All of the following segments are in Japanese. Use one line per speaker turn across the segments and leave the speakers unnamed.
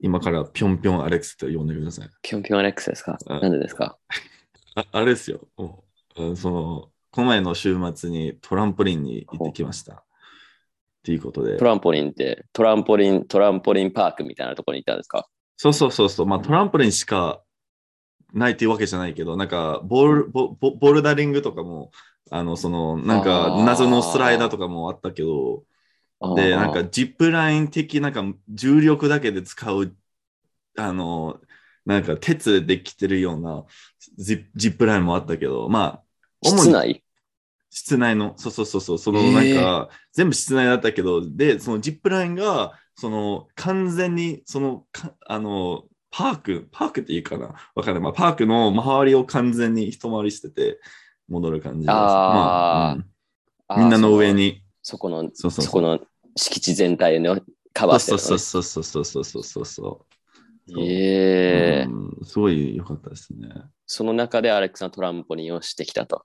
今からぴょんぴょんアレックスって呼んでください。
ぴょんぴょんアレックスですか
うん
なんでですか
ああれですよ。もううんその、この前の週末にトランポリンに行ってきました。っていうことで
ト。ランポリンって、トランポリン、トランポリンパークみたいなところに行ったんですか
そうそうそうそう。まあトランポリンしかないっていうわけじゃないけど、なんかボール、ボボボルダリングとかも、あの、その、なん
あー
か謎のスライダーとかもあったけど、で、なんか、ジップライン的なんか重力だけで使う、あの、なんか鉄できてるようなジジップラインもあったけど、まあ、
室内
室内の、そうそうそうそう、その
へー
なんか、全部室内だったけど、で、そのジップラインが、その完全に、その、かあの、パーク、パークっていいかなわかんない。まあ、パークの周りを完全に一回りしてて、戻る感じです。
あー
まあうんみんなの上。に。
そこの、
そうそう
そ
そ
こ
う。
の敷地全体のカバーして
そう
る
そう
の
そうそうそうそうそうそうそそう
ね。へ
う。
え
うんすごい良かったですね。
その中でアレックスさんトランポリンをしてきたと。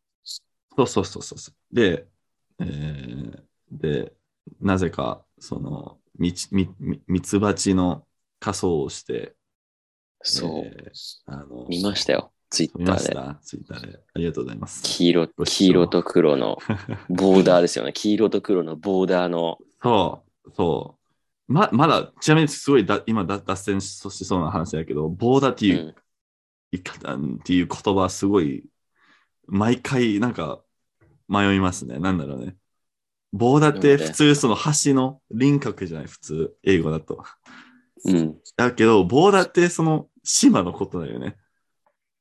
そうそうそうそうそう。で、えーで、なぜか、その、みちみ、み、みつばちの仮装をして、
そう。
えーあの、
見ましたよ。ツイ
見
ッタ
ま
ー
し
で。
た、ツイッターで。ありがとうございます。
黄色
ご、ちそう
黄色と 黒のボーダーですよね。黄色と黒のボーダーの。
そう、そう。ま、まだ、ちなみにすごいだ今だ脱線ししそうな話だけど、ボーダーって
う
いう、
ん、
いかっていう言葉、すごい、毎回、なんか、迷いますね。なんだろうね。ボーダーって普通、その橋の輪郭じゃない、普通、英語だと。
うん。
だけど、ボーダーってその島のことだよね。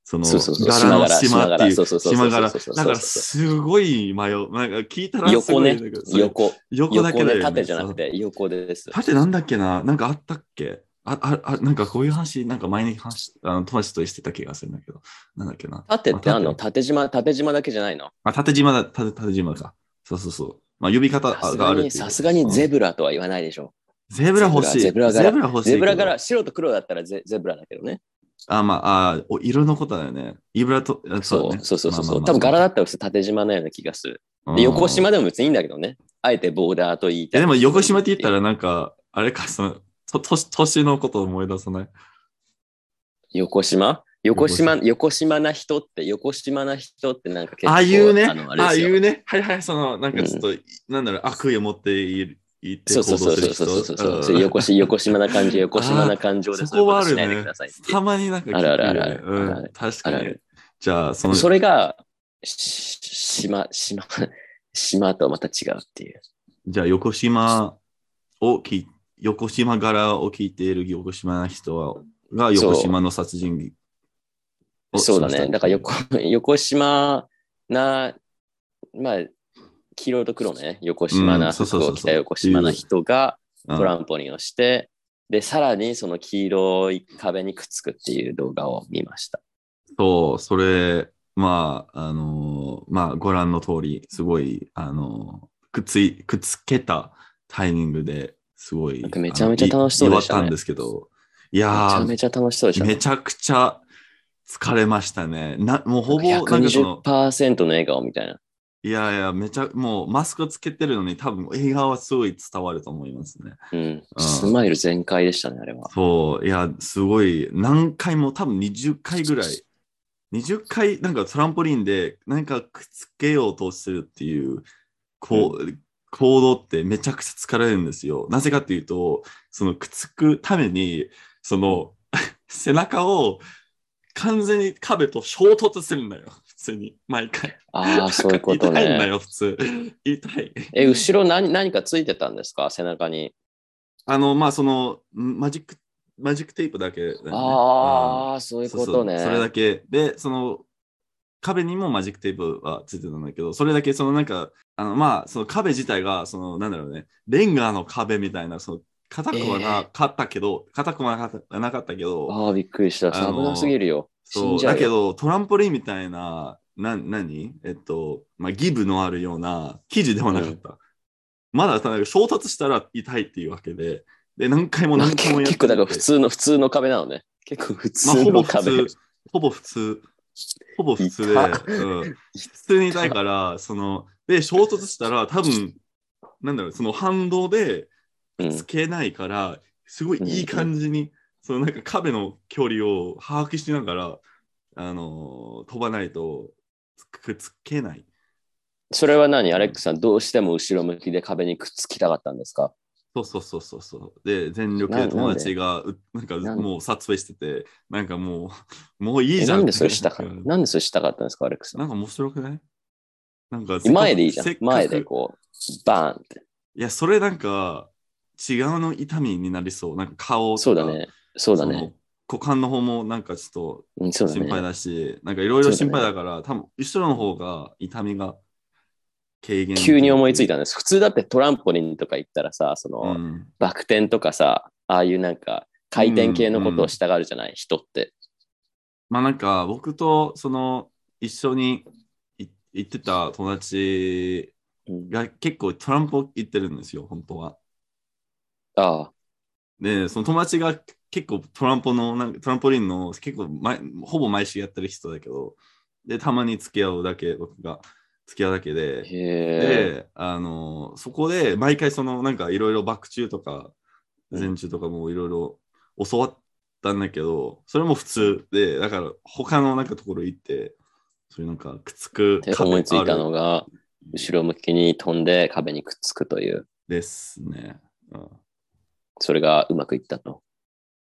その
そうそうそう
柄の
島
島
柄
っていう
島柄そうそうそう
島柄。
そうそうそ
だ
う
からすごい迷う。なんか聞いたらす
横
ごい
ね
なんか。そう
横。
横だけ
横
だよ
で
ね。
縦じゃなくて横です
そう。。縦なんだっけななんかあったっけあ、あ、あ、なんかこういう話、なんか前に話しあの友達としてた気がするんだけど。なんだっけな。
縦ってあん
ま
の
あ縦
縦島、縦島だけじゃないの
あ、縦島だ、縦縦島か。そうそうそう。まあ呼び方
さす
があ
が
るってい
に、
う。
さすがにゼ
ブ、
ブラとは言わないでしょ。
ゼブラ欲しい。
ゼブラ柄
ゼブラ欲しいけど。
ゼブラ柄、白と黒だったらゼゼブラだけどね。
あ、まあ、あお色のことだよね。イブラと、あ
そう
だね
そうそうそう。
まあまあまあ
多分柄だったら普通縦島のような気がする。
うん
で横島でも別にいいんだけどね。あえてボーダーと言い
い
たい。
やでも横島って言ったらなんか、あれか、その、と年年のことを思い出さない。
横島横島、
横
横島な人って、横島な人ってなんか結構
ああいうね、
あのあれ
ああ
です
い
よ
うね、はいはい、その、なんかちょっと、なんだろう、悪意を持っている、いって
そ
行
うそうそ
動す
うそ
る
う
人。
そうそうそううんそう横し。横島な感じ、横島な感情で
そ
そういう
こ
こ
はあ
とし
る
ないで
ね
くださいっ。てい
た
う。
まになんか聞くよね、
あるあるある
うん
ある
確か
あるあ
に。じゃあ、そ
そ
の、
れが、し島、島、島とはまた違うっていう。
じゃあ、横島を聞い、横島柄を聞いている横島な人は、が横島の殺人をしま
そう
した
だね。だから横、横島な、まあ、黄色と黒ね、横島
う
なん
そうそ
服
うそうそう
を着た横島な人が
うん
トランポリンをして、で、さらにその黄色い壁にくっつくっていう動画を見ました。
そう、それ、まあ、あのーまあ、ご覧の通り、すごい、あのーくっつい、くっつけたタイミングですごい
な、んかめちゃめちゃ楽しそうでしたね
あのい祝ったんですけど、い
めち
や
ゃ
ー
めちゃ楽しそうでした
め
ね。
ちゃくちゃ疲れましたね。な、もうほぼ、なんかその、
120%の笑顔みたいな。
いやいや、めちゃ、もうマスクつけてるのに多分映画はすごい伝わると思いますね。
うん。
うん
スマイル全開でしたね、あれは。
そう、いや、すごい、何回も多分20回ぐらい、20回、なんかトランポリンで何かくっつけようとしてるっていう、こう、行動ってめちゃくちゃ疲れるんですよ。なぜかっていうと、そのくっつくために、その、 背中を完全に壁と衝突するんだよ。普通に、毎回。
ああ、そうい うこ
痛
と
いんだ
ね。
よ、普通。痛い。
え、後ろ何何かついてたんですか背中に。
あの、まあ、その、マジック、マジックテープだけだよね、うん
ああ、そういう
そ
こ
うそ
と
う
ね。
それだけでその壁にもマジックテープはついてたんだけどそれだけそのなんかあのまあその壁自体がそのなんだろうねレンガの壁みたいなその硬くはなかったけど、硬くはなかったなかったけど
ああ、びっくりした。
あの
危なすぎるよ。死
そ
ん
う
じゃう
だ
よ
けどトランポリンみたいなな何えっと、まあ、ギブのあるような生地ではなかった、まだただ衝突したら痛いっていうわけでで何回も
まあ
何回もやって
結構だから普通の 普通の壁なのね。結構普
まあ、
通
ほぼ
の
普
壁。
通、ほぼ普通、ほぼ普通で、
痛っ
うん普通に痛いから、その、で、衝突したら、多分なんだろう、その反動で
うん
つけないから、すごいいい感じにそのなんか壁の距離を把握しながら、あのー飛ばないとつくっつけない。
それは何アレックさん、どうしても後ろ向きで壁にくっつきたかったんですか
そうそうそうそうそう。で、全力
な
で
なんで
友達がうなんか
なん
もう撮影してて、なんかもう、 もういい
え
じゃん。
なんでそれした
か
かなんでそれしたかったんですかアレックさ
なん
ん。
か面白くないなんか
前でいいじゃ
せっ
ん
か。く
前でこう、バーンって。
いや、それなんか違うの痛みになりそう。なんか顔とか
そうだね。そうだ
そ
ね
の。股間の方もなんかちょ
うん、そ
っ
う
と
だ
心配
ね。
だし、なんかいろいろ心配
そ
だから、多分後ろの方が痛みが軽減。
急に思いつい
た。
たんです。普通だってトランポリンとか行ったらさ、その、
うん、
バク転とかさ、ああいうなんか回転系のことをしたがるじゃない、人って。
まあなんか僕とその一緒にい行ってた友達が結構トランポ行ってるんですよ、本当は。
ああ、
で、その友達が結構トランポの、なんかトランポリンの結構毎、ほぼ毎週やってる人だけど、で、たまに付き合うだけ、僕が付き合うだけで、
へえ。
で、あの、そこで毎回そのなんかいろいろバク中とか、
うん
前中とかもいろいろ教わったんだけど、それも普通で、だから他のなんかところ行って、そういうなんかくっつく
で思いついたのが、後ろ向きに飛んで壁にくっつくという、
ですね。
それがうまくいったと。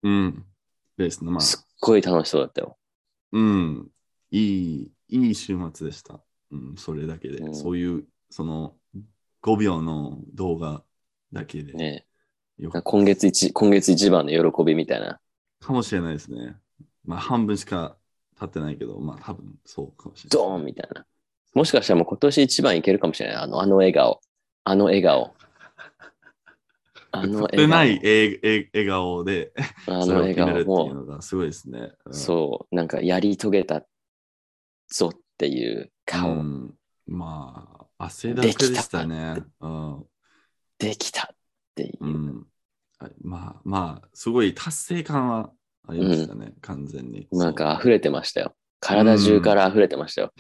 うん。うん、ですね。まあ、
すっごい楽しそうだったよ。
うん、いい、いい週末でした。うん、それだけで、
うん
そういう、その5秒の動画だけで、
ね
よか
え
っ
今月一、今月一番の喜びみたいな。
たかもしれないですね。まあ、半分しか経ってないけど、まあ、多分そうかもしれない。
ドーンみたいな。もしかしたらもう今年一番いけるかもしれない。あの、あの笑顔。あの笑顔。あの
映って
笑顔。
ないええ笑顔で、
あ
それ
の
を
笑
決める
顔。
ってい
も
うの
う
がすごいですね。うん
そう、なんかやり遂げたぞっていう顔、
うんまあ、汗だくでしたね。うん
できたっていうう。
ん、あまあ、まあ、すごい達成感はありましたね、完全に。
なんか溢れてましたよ。体中から溢れてましたよ。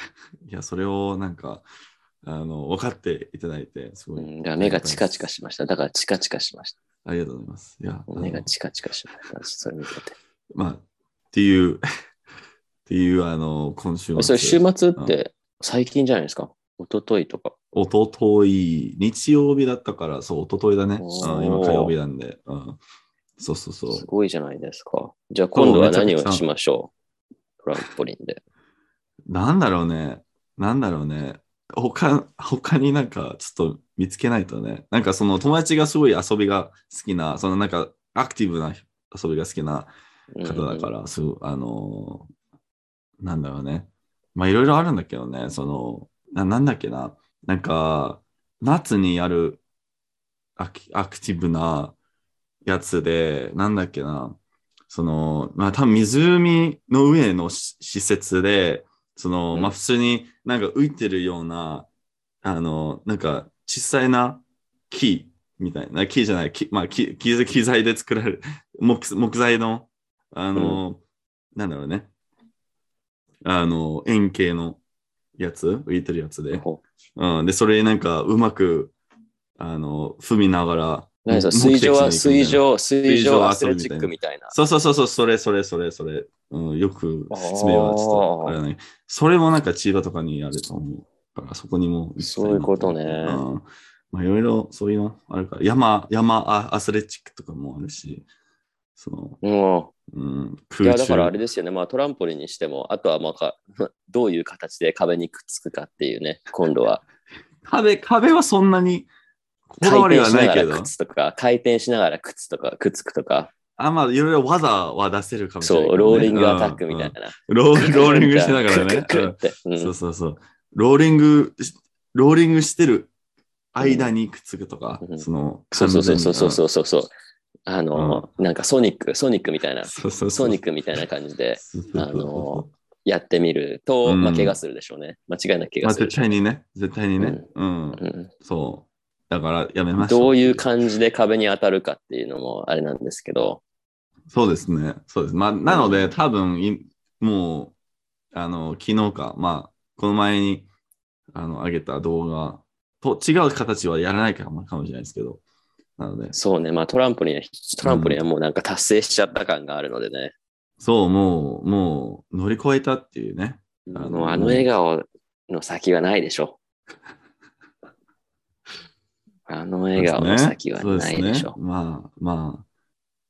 いや、それをなんか、あの、分かっていただいて、す
う
ごい。
ん、だから目がチカチカしました。だからチカチカしました。
ありがとうございます。いや、あの
目がチカチカしました。それ見てて。
まあ、っていう、 っていう、あの、今週末。
それ週末って最近じゃないですか。一昨日とか。
おととい、日曜日だったから、そう、おとといだね。
おー
うん今火曜日なんで。うん、そうそうそう。
すごいじゃないですか。じゃあ今度は何
そうめちゃくち
を
ゃ
しましょうトランポリンで。
なんだろうね。なんだろうね。他、他になんかちょっと見つけないとね。なんかその友達がすごい遊びが好きな、そのなんかアクティブな遊びが好きな
うん
方だから、すごいあのーなんだろうね。まあいろいろあるんだけどね、その、ななんだっけな。なんか、夏にやるアクアクティブなやつで、なんだっけな。その、まあ多分湖の上のし施設で、その、
うん
まあ普通になんか浮いてるような、あの、なんか小さいな木みたいな、木じゃない、木まあ木木木材で作られる、木木材の、あの、なんだろうね。あの、円形のやつ、浮いてるやつで。
ほ
うん、で、それなんかうまく、あの、踏みながら。
何ですか
目的
水
地に
上
行くみたい
は
な
水。上、水
水上
上
ア
ア
ス
ス
レ
レ
チ
チ
ッ
ッ
ク
ク
み
みたいな。
そうそうそうそう、それそれそれそれ。うん、よく説明はちょっとあれだね。それもなんか千葉とかにあると思うから、そこにも行きたな
そういうことね
うんまあ、いろいろそういうのあるから、山、山アアスレチックとかもあるし、その、
うん
うん、
い
空
や
中。
だからあれですよね、まあ、トランポリンにしても、あとはまあかどういう形で壁にくっつくかっていうね、今度は。
壁、壁はそんなに、こだ
回
わり
転
は
し
な
ないが
け
ら
ど、
靴とか、回転しながら靴とか、くっつくとか、
あ、まあ、いろいろ技は出せるかもしれない
そ
け
う、
どね、
ローリングアタックみた
ない
な。
ローローリングしてながらね
クッ。クックッってうん
そうそうそう。ローリングし、ローリングしてる間にくっつくとか、
うん
その、。
そうそうそうそうそううそうそう。あの、なんかソニック、ソニックみたいな、
そうそうそ
ソ
う。
ニックみたいな感じで
そうそうそうそう
あのやってみると、
うん
まあ、怪我するでしょうね。間違いなく怪
まあ
我するで
絶
しょう
対にね、絶対にね。うん。
うん
そう。だからやめました。
どういう感じで壁に当たるかっていうのもあれなんですけど、
そうですね。そうです。まあ、なので、多分い、もう、あの、昨日か、まあ、この前に、あの、上げた動画と違う形はやらないかもかもしれないですけど、なので、
そうね、まあトランポリンは、トランポリンはもうなんか達成しちゃった感があるのでね。
そう、もう、もう乗り越えたっていうね。ん
あの、あの笑顔の先はないで しょ。あの笑顔の先は
そう
ないでし
すね
ょ。
まあまあ、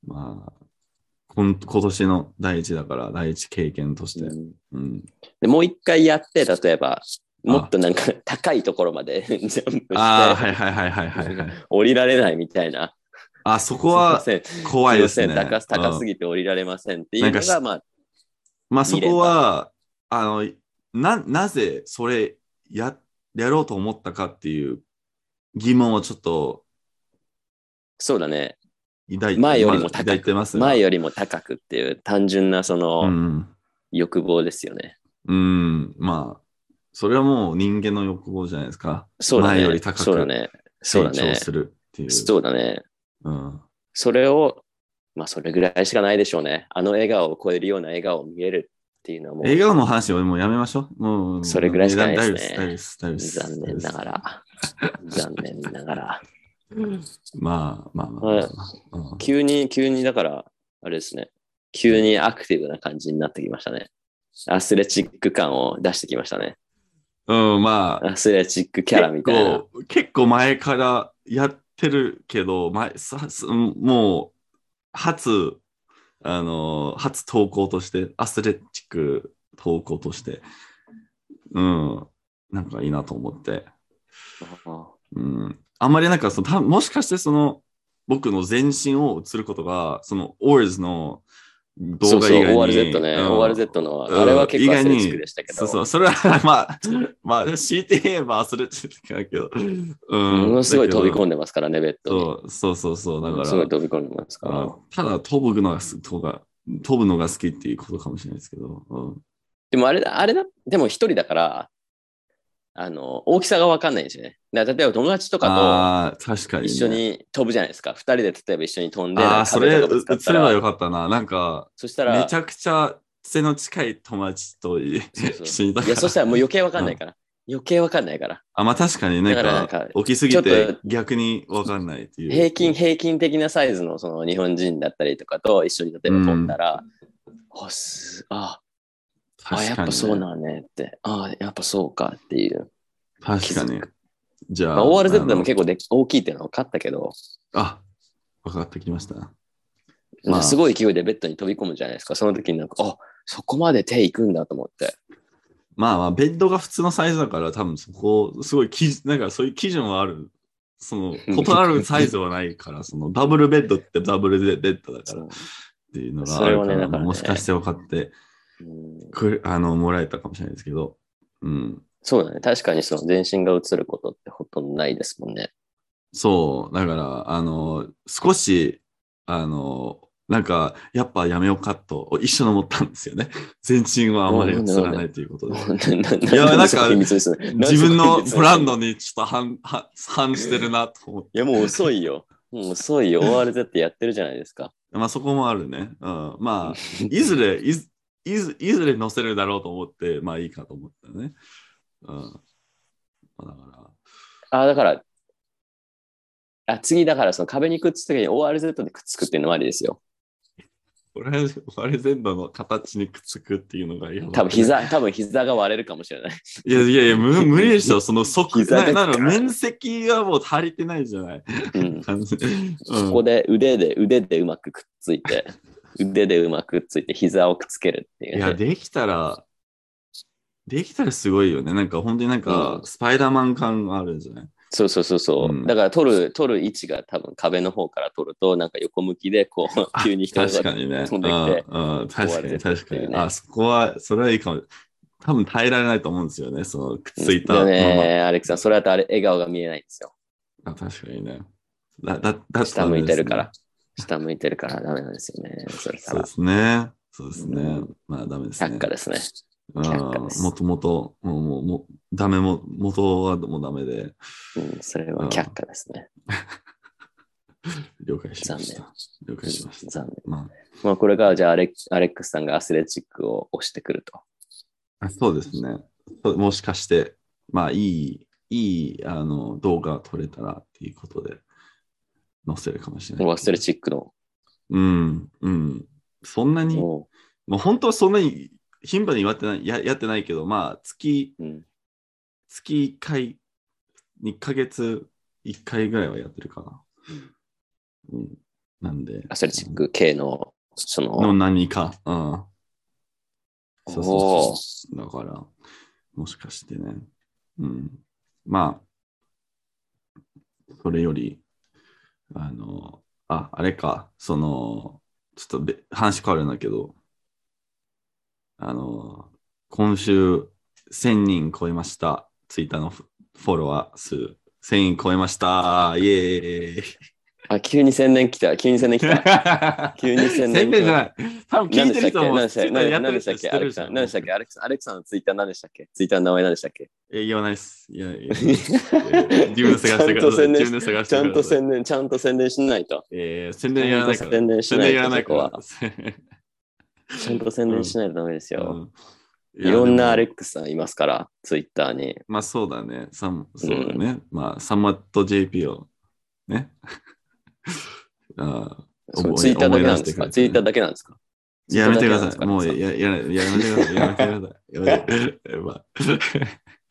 まあ、こん今年の第一だから、第一経験として。
うん
うん、
でもう一回やって、例えば、もっとなんか高いところまで ジャンプして、
ああ、はいはいはいはいはいはい。
降りられないみたいな。
あ、そこは
すいません
怖いです
す
ね。
いません高す高す
うん
ぎて降りられませんっていう
な
の
んか
が、まあ、
まあそこは、あの、な、なぜそれや、やろうと思ったかっていう疑問をちょっと
そうだね。
抱いて
前よりも
まあ抱
高
いてます
く、
よ
前よりも高くっていう単純なそうの
ん。
欲望ですよね。
うん、まあ、それはもう人間の欲望じゃないですか。
そうだね。
前より高く
そうだね。そうだ
成
ね
長。するっていう。
そうだね。
うん。
それを、まあ、それぐらいしかないでしょうね。あの笑顔を超えるような笑顔を見えるっていうのはも
笑
う
顔の話はもうやめましょう。もう、
それぐらいしかないです
大
ね
丈夫です。大丈夫です。
残念なが
ら。
ら、残念ながら。
まあまあまあまあまあ、うん
急に、急にだから、あれですね。急にアクティブな感じになってきましたね。アスレチック感を出してきましたね。
うん、まあ、
アスレチックキャラみたいな。
結構。結構前からやってるけど、前さすもう、初、あの、初投稿として、アスレチック投稿として、うん、なんかいいなと思って。うん、あんまりなんかそのたもしかしてその僕の全身を映ることがその ORS の動
そう
画
そう、
以外に
ORZ ね。
うん
ORZ の、
うん
あれは結構アスレチ
以外
ック
に
でしたけど。
そうそうそれはまあまあ強いて言えば忘れてたけど、うん、
ものすごい飛び
ん
込んでますからね、ベッドに。
そうそうそうそうだか
もの
ら
すごい飛び込んでますか
うん
ら。
ただ飛ぶのがす飛ぶが飛ぶのが好きっていうことかもしれないですけど、うん、
でもあれだ、あれだ、でも一人だから、あの、大きさがわかんないんですよね。だから例えば友達とか
ああ確か
と
に、ね、
一緒に飛ぶじゃないですか。二、人で例えば一緒に飛んで、
ああそれ
な
映
んか壁とかぶつか
れ
った
ば
ら
よかったななんか
そした
め
ら
ち、ゃくちゃ背の近い友達とい
そ うそう
一緒にいた
い
か
や、そ
ら
したらもう余計わかんないから。余計わかんないから。
あ、まあ確かになん
だからなん
か
か
起きすぎ
ちょってと
逆にわかんないっていう。
平均、平均的なサイズのその日本人だったりとかと一緒に例えば飛んだら、あすあ
確か
あ、
にね
やっぱそうなんねって。あやっぱそうかっていう。
確かに。じゃあ。
まあ、ORZ でも
構。
結構で大きいっていうのは分かったけど、
あ、分かってきました。ま
ま
あ
あ、すごい勢いでベッドに飛び込むじゃないですか。その時になんか、あそこまで手行くんだと思って。
まあまあ、ベッドが普通のサイズだから、多分そこ、すごい基準、なんかそういう基準はある。その、異なるサイズはないから、その、ダブルベッドってダブルベッドだからっていうのがある
それはね
か
だ
ら、
からね
もしかして分かって
うん
くれ、あの、もらえたかもしれないですけど。うん。
そうだね。確かにその全身が映ることってほとんどないですもんね。
そう、だから、あの、少し、あの、なんか、やっぱやめようかと、一緒に思ったんですよね。 全身はあまり映らないということ で。
い
やなんか
秘密ですね
自分のブラン。
なんでそ
ドにち
こ秘密ですね
ょっと反 反反してるなと思って。
いや、もう遅いよ。もう遅いよ。ORZ やってるじゃないですか。
まあそこもあるね。うん、まあ、 いずれ、いずいずいずれ載せるだろうと思って、まあいいかと思ったね。うん。まあだから、
ああ、だから、あ次、だからその壁にくっつく時に ORZ でくっつくっていうのもありですよ。
これ、 あれ全部の形にくっつくっていうのがやばい
多分膝、多分膝が割れるかもしれない。
いやいやいや、無無理でしょ、その即、
膝
な
が
なの面積がもう足りてないじゃない。
うん
感じうん
ここで腕で腕でうまくくっつ いて、腕でうまくくっついて膝をくっつけるっていう
いや、
ね。
できたら、できたらすごいよね。なんか本当になんか
う、ん
スパイダーマン感があるじゃない。
そうそうそうそう。
うん
だから取る取る位置が多分壁の方から取るとなんか横向きでこう急に人が
確かにね。
飛んできて
うんうん確かに確か
終わるっていう
に。
ね
あ、そこは、それはいいかも。多分耐えられないと思うんですよね。そのくっついたま
だ
ま。
ね、アレックさん、それだとあれ笑顔が見えないんですよ。
あ確かにね。だだだ
下向いてるから。下向いてるからダメなんですよね。それか
そう
ら
で。すね。そうです
う
ね。まあダメですね。
却下ですね。
あ
却下
ー
です
もともと、もう、もう、もうダメも、元はもうダメで、
うん、それは却下ですね。
了解しました。了解しました。
残念。
ま
まあ、これからじゃあアレアレックスさんがアスレチックを押してくると。
あ、そうですね。そうもしかして、まあ、いい、いい、あの、動画撮れたらっていうことで、載せるかもしれない。
ワステルチックの。
うん、うん。そんなに、
も
まあ、本当はそんなに頻繁にやってないややってないけど、まあ、月、
ううん、
月1回、2ヶ月1回ぐらいはやってるかな。うん。なんで。
アステルチック系の、その、
の何か。うん。そう
お
そ
ー
うそう。だから、もしかしてね。うん。まあ、それより、あの、あ、あれか、その、ちょっとべ話変わるんだけど、あの、今週、1000人超えました。ツイッターのフフォロワー数。1000人超えました。イエーイ。
あ、急に宣伝来た、急に宣伝 来た。急に 宣伝
宣伝じゃない。多分聞
何
い
で
てる
したっけ
人も
何でしたっ
ツ
け
イッターやって
何
る
でした
人
っ
知
け
っ
ア
て
レ
る
ク
じ
さ
ゃ
ん
ん
何でしたっけアレクさん、アレクさんのツイッター何でしたっけツイッターの名前何でしたっけ
え、言わないです。いや、いや自分で
ちゃ
探して
ん
くだ
と
さい。
宣
自
伝
分で探し
ちゃ
てく
ん
だ
と
さい。
宣伝、ちゃんと宣伝しないと。
えー、宣伝やらないから。
宣伝し
宣
ないと
伝やらないから
そこ。
う
ちゃんと宣伝しないとダメですよ。
ん
いろんなアレ
いやでも
ックスさんいますから、ツイッターに。
まあそうだね。サムそうだね。まあ、サマット JP を。ね。 あ
そ
思
れ
い
ツイッターだけなんで
思い出してくれて
すか
ね
ツイッターだけなんですか
ーやめてくださ
ツイッターだけなんです
い。も
か
うややらないやめてください。やめてくださいやめて。やば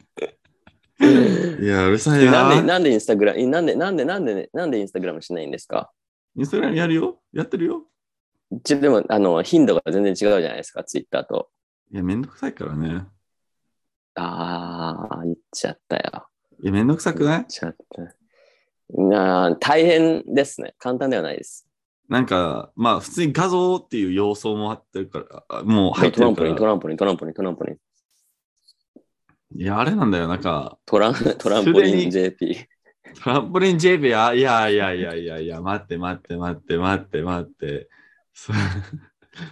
いいや、うるさい
なんで、
な。
なんでインスタグラム、なんで、なんで、なんで、なんでインスタグラムしないんですか
インスタグラムやるよ。やってるよ。
ちでも、あの、頻度が全然違うじゃないですか、ツイッターと。
いや、めんどくさいからね。
あー、言っちゃったよ。
いや、めんどくさくない
ちょっと。なあ大変ですね。簡単ではないです。
なんか、まあ、普通に画像っていう要素もあってるから、あもう入って
トラ
る
ン
か
ポリン、ト
ら。
ランポリン、トランポリン、トランポリン、
いや、あれなんだよ、なんか、
トラントランポ
すで
リン
に
JP。
トランポリン JB、あいやいやいやいやいや、待って待って待って待って待って。 そ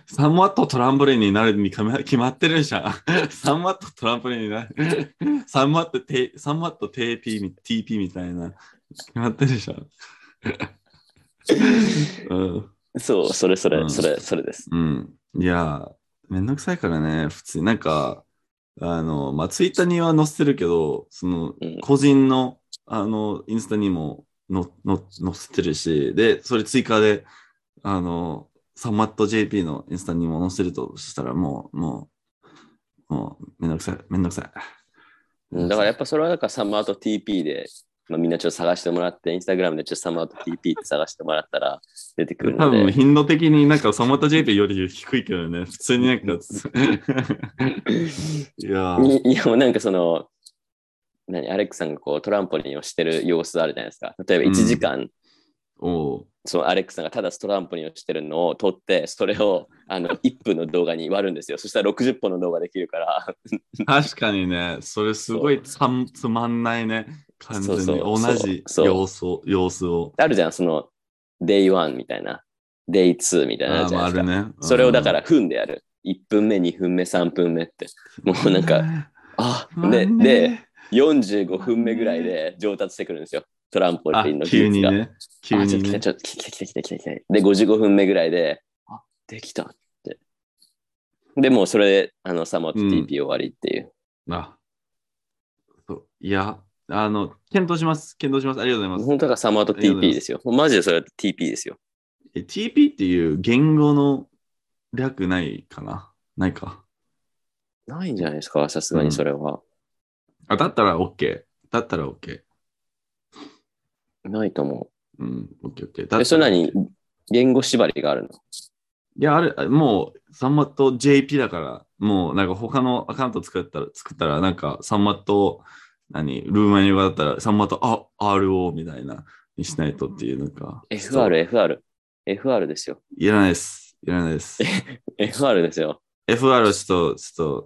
サンマットトランポリンになるに決ま決まってるじゃん。 サンマットトランポリンになる。 サンマットテ、サンマット TP み TP みたいな。決まってるじゃん。 うん
そう、それそれ、
うん
それ、それです。
うん。いや、めんどくさいからね、普通に。なんか、あの、まあ、ツイッターには載せてるけど、その、
うん
個人の、あの、インスタにものの載せてるし、で、それ追加で、あの、サンマット JP のインスタにも載せるとしたら、もう、もう、もう、めんどくさい、めんどくさい。
うんだからやっぱそれはだからサマート TP で、まあ、みんなちょっと探してもらって、インスタグラムでちょっとサマート TP って探してもらったら出てくる
多
の
分
で、
頻度的になんかサンマット JP より低いけどね、普通になん か、いやー、
いいやもうなんかその、何アレックさんがこうトランポリンをしてる様子あるじゃないですか。例えば1時間、
おう
そのアレックさんがただトランポリンをしてるのを 撮って、それをあの1分の動画に割るんですよ。そしたら60本の動画できるから、
確かにね、それすごいつまつまんないね。完全に
そうそう
同じ
そう
様子を様子を。
あるじゃん、その Day1 みたいな、Day2 みたいなのあ
あ
る
ー
じゃ
まあ
ない
あ
ですか
る。ね。、
それをだからら踏んでやる。1分目、2分目、3分目って。もうな んか、
か、
あ
まあ
で、
ね
で、、45分目ぐらいで上達してくるんですよ。トランポ
あ
リンの技
急
術
に
が。
ね。急
あ、ちょっ
に
と来
ね
た、。ちょっと来た、来た、来た、来た、来た。で、55分目ぐらいで、あ、できたって。でもうそれで、あの、サマーと
うん
TP 終わりっていう。
あそういや、あの、検討します。検討します。ありがとうございます。
本当だからサマーと TP ですよ。もうマジでそれは TP ですよ。
え TP っていう言語の略ないかなないか。
ないんじゃないですか、さすがにそれは。
あ、だったら OK。だったら OK。
ないと思
うん、OK、OK。
う。
だ
え、それ
ったら
何言語縛りがあるの
いや、あれ、あもう、サンマット JP だから、もう、なんか他のアカウント作ったら、作ったら、なんか、サンマット、何、ルーマニア語だったら、サンマット、あ、RO みたいな、にしないとっていう、なんか、
?FR、FR。FR ですよ。
いらないです。いらないです。
FR ですよ。
FR はちょっと、ちょっと、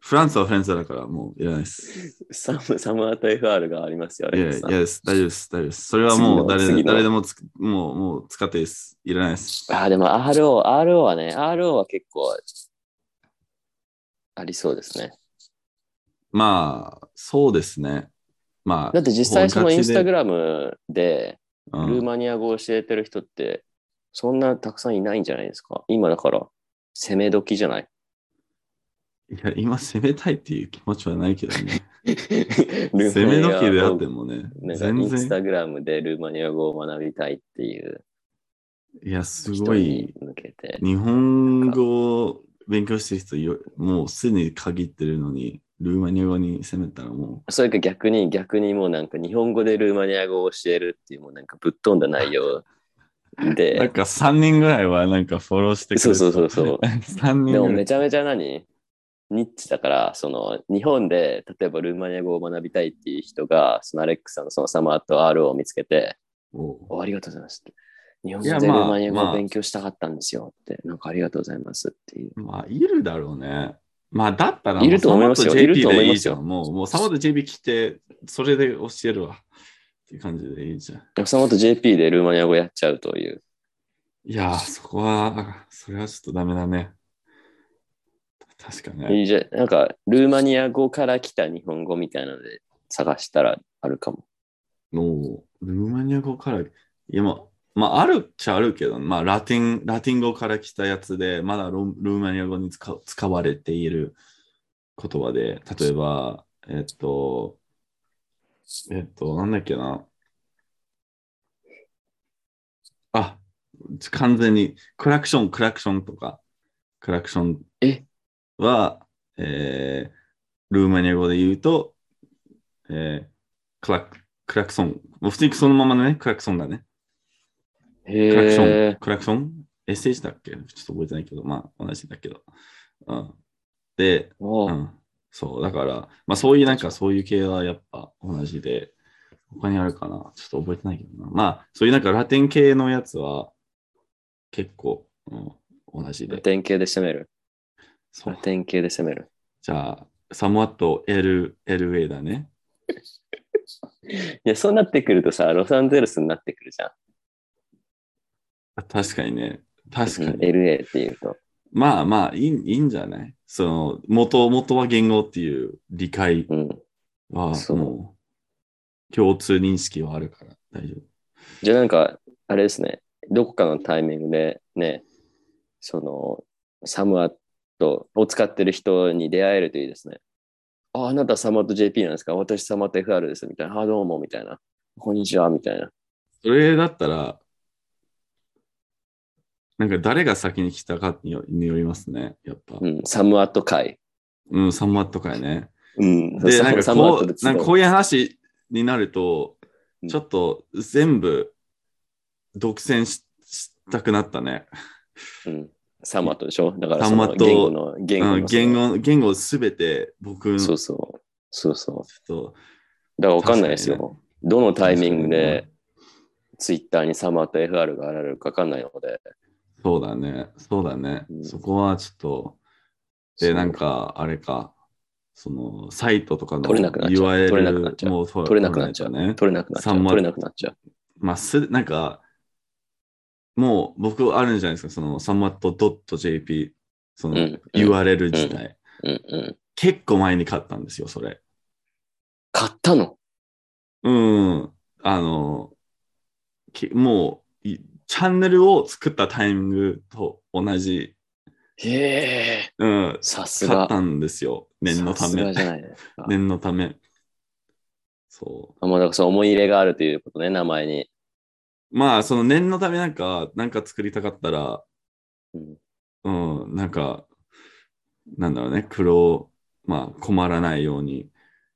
フランスはフランスだから、もう、いらないです。
サムサマーと FR がありますよ、ア
い
レ
や、
ッ
い
クスさ
や
ん。
です。大丈夫です。大丈夫です。それはもう誰、
次の次の
誰でもつく、もう、もう使っていいです。いらないです。
ああ、でも RO、RO はね、RO は結構ありそうですね。
まあ、そうですね。まあ、
だって実際そのインスタグ
ラ
ラムで
ム
ルーマニア語を教えてる人ってそんなたくさんいないんじゃないですか。今だから攻め時じゃない
いや、今攻めたいっていう気持ちはないけどね。
ル
攻
ーマ
め
ニア
時であっ
語
てもね、
なんかイ
全
ンス
然。
タグラムでルーマニア語を学びたいっていう
いや、す
人
ご
に
い。
向けて。
日本語を勉強してる人よ、もうすでに限ってるのに、ルーマニア語に攻めたらも
それか逆に、逆にもうなんか日本語でルーマニア語を教えるっていうもうなんかぶっ飛んだ内 容
う、なん
で、
か3人ぐらいはなんかフォローしてくれ
そうそ うそうそう。
3人
でも
ぐら
め
い。
ちゃめちゃ何ニッチだから、その日本で例えばルーマニア語を学びたいっていう人が、そのアレックさんのそのサマーと R を見つけて、
おう
おありがとうございますって。日本
いや
語でル
まあ
ーマニア語
ま
を
あ
勉強したかったんですよって、なんかありがとうございますっていう。
まあ、いるだろうね。まあ、だったら、
いると思いますよ
サマと
いると
JP
思い
でい
ま
い
す
じゃ
よ
ん。もう、もうサマと JP 来て、それで教えるわ。っていう感じでいいじゃん。
そのと JP でルーマニア語やっちゃうという。
いやー、そこは、それはちょっとダメだね。確かね。
いいじゃんなんか、ルーマニア語から来た日本語みたいなので探したらあるかも。
もう、ルーマニア語から、いや、まあ、まあ、あるっちゃあるけど、まあ、ラテン、ラテン語から来たやつで、まだロルーマニア語に使う使われている言葉で、例えば、えっと、えっと、なんだっけな。あ、完全に、クラクション、クラクションとか、クラクション
え
は、えー、ルーマニア語で言うと、えー、クラク、クラクソン。もう普通にそのままのね、クラクソンだね。クラクショ
へ
ン。クラクション ?SH だっけちょっと覚えてないけど、まあ同じだけど。うん、で、
ー。お
う
ー
ん、そう、だから、まあそういうなんかそういう系はやっぱ同じで、他にあるかなちょっと覚えてないけどな。まあそういうなんかラテン系のやつは結構、うん、同じ
ラ
で。
テン系で攻める。
そ
ラ
う
テン系で攻める。
じゃあ、サモアット L、LA だね。
いや、そうなってくるとさ、ロサンゼルスになってくるじゃん。
あ確かにね。確か
うん
に。
LA っていうと。
まあまあいい、いいんじゃないその、元、元は言語っていう理解
うん。
は、
そう
もう、共通認識はあるから大丈夫。
じゃあなんか、あれですね、どこかのタイミングでね、その、サムアットを使ってる人に出会えるといいですね。あ、あなたサムアット JP なんですか私サムアット FR ですみたいな。あ、どうもみたいな。こんにちはみたいな。
それだったら、なんか誰が先に来たかによによりますね、やっぱ
う。ん、サムアット会。
うん、サムアット会ね。
うん、
で、
サ
なんか
サムアッ
こ
トで
う、なんかこういう話になると
う、ん
ちょっと全部独占ししたくなったね。
うん、サムアットでしょだから
サ
そ
ムア
の
ット
言語の言語の
うん
その
言語、言語すべて僕の、ち
そ
ょ
うそう。そうそう。
っと、
だからわかんないです
確
よ。どのタイミングでツイッターにサムアット FR が現れるかわかんないので。
そうだね、そうだね。
うん
そこはちょっと、
そ
で、
う
なんか、あれか、その、サイトとかの
取れなくなっちゃう取れなくなっ
URL
ちゃう
もう取
取れなくなっちゃう。
取れないとね。
取れなくなっちゃう。
サムアット
取れなくなっちゃう。
まあ、す、なんか、もう僕あるんじゃないですか、その、サマット .jp、その
うん
URL 自体。
うんうん。
結構前に買ったんですよ、それ。
買ったの
うん。あの、きもう、いチャンネルを作ったタイミングと同じ、
へえ。
うん、
さす
買っ
が。
たんですよ、念のた
さす
め
が。じゃないですか。
念のため。そ
あもうだからそう思い入れがあるということね、名前に。
う。まあ、その念のためなんか、なんか作りたかったら、
うん
うん、なんか、なんだろうね、苦労、まあ、困らないように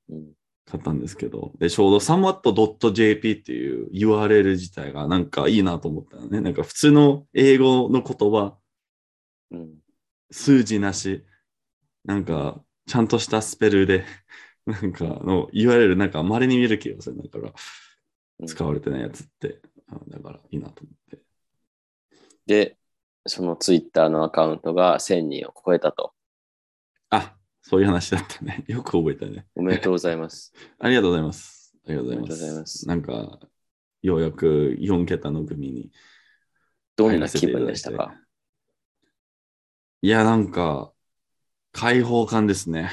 うん
買ったんですけど、で、ちょうどサムアット .jp っていう URL 自体がなんかいいなと思ったのね。なんか普通の英語の言葉、
うん
数字なし、なんか、ちゃんとしたスペルで、なんかの URL なんか稀に見る気がする。だから、
うん
使われてないやつって、うんだからいいなと思って。
で、そのツイッターのアカウントが1000人を超えたと。
あ、そういう話だったね。 よく覚えたね。
おめでとうござ います。
ありがとうございます。ありがとうございま
ありがとうござい
す。
ます
なんか、ようやく4桁の組に。
どんな気分でした
入ら
か
せていや、なんか、開放感ですね。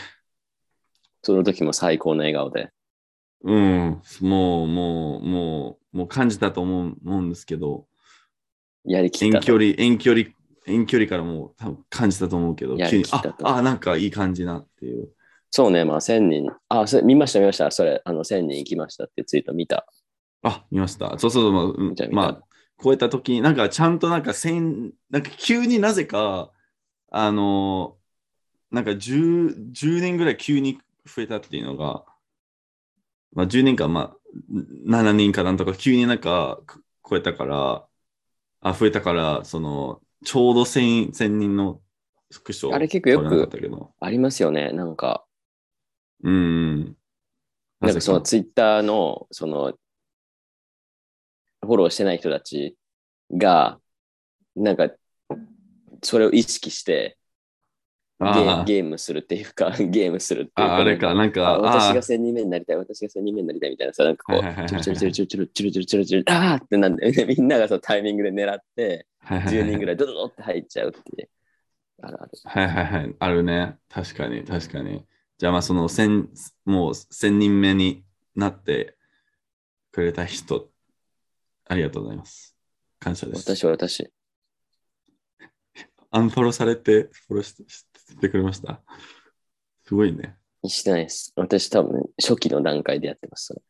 その時も最高の笑顔で。
うん。もう、もう、もう、もう感じたと思う思うんですけど、
やりきっ
遠
たと。
距離、遠距離遠距離からもう多分感じたと思うけど、
いや
急に、
来た
あ
と
あ、なんかいい感じなっていう。
そうね、まあ1000人。あ、それ見ました、見ました。それ、あの1000人行きましたってツイート見た。
あ、見ました。そうそうそうまあうん
見た見、た
まあ、超えた時に、なんかちゃんとなんか千、なんか急になぜか、あのー、なんか 10, 10年ぐらい急に増えたっていうのが、まあ10年間、まあ、7人かなんとか急になんかく超えたから、あ、増えたから、その、ちょうど1000 1000人のスクショ
あれ結構よく
撮れなかったけど。
ありますよね、なんか。
うんうん。
なんかその
ぜ
ツイッターの、その、フォローしてない人たちが、なんか、それを意識してゲ
あ
ー、
ー
ゲームするっていうか、ゲームするっていう
ああれ。か、なんか、
あ私
あ
が1000人目になりたい、私が1000人目になりたいみたいなさ、なんかこ
はいはいは
う、
い
チ
は
ュル
い
チュルチュルチュルチュルチュルチュルチュル、あーってなんで、みんながそのタイミングで狙って、
はいはいはい
10人ぐらいドドドって入っちゃうっていう。あるある。
はいはいはい。あるね。確かに、確かに。じゃあ、まあ、その、千、もう、千人目になってくれた人、ありがとうございます。感謝です。
私は私。
アンフォローされて、フォローしてしてくれました。すごいね。
してないです。私多分初期の段階でやってます。それ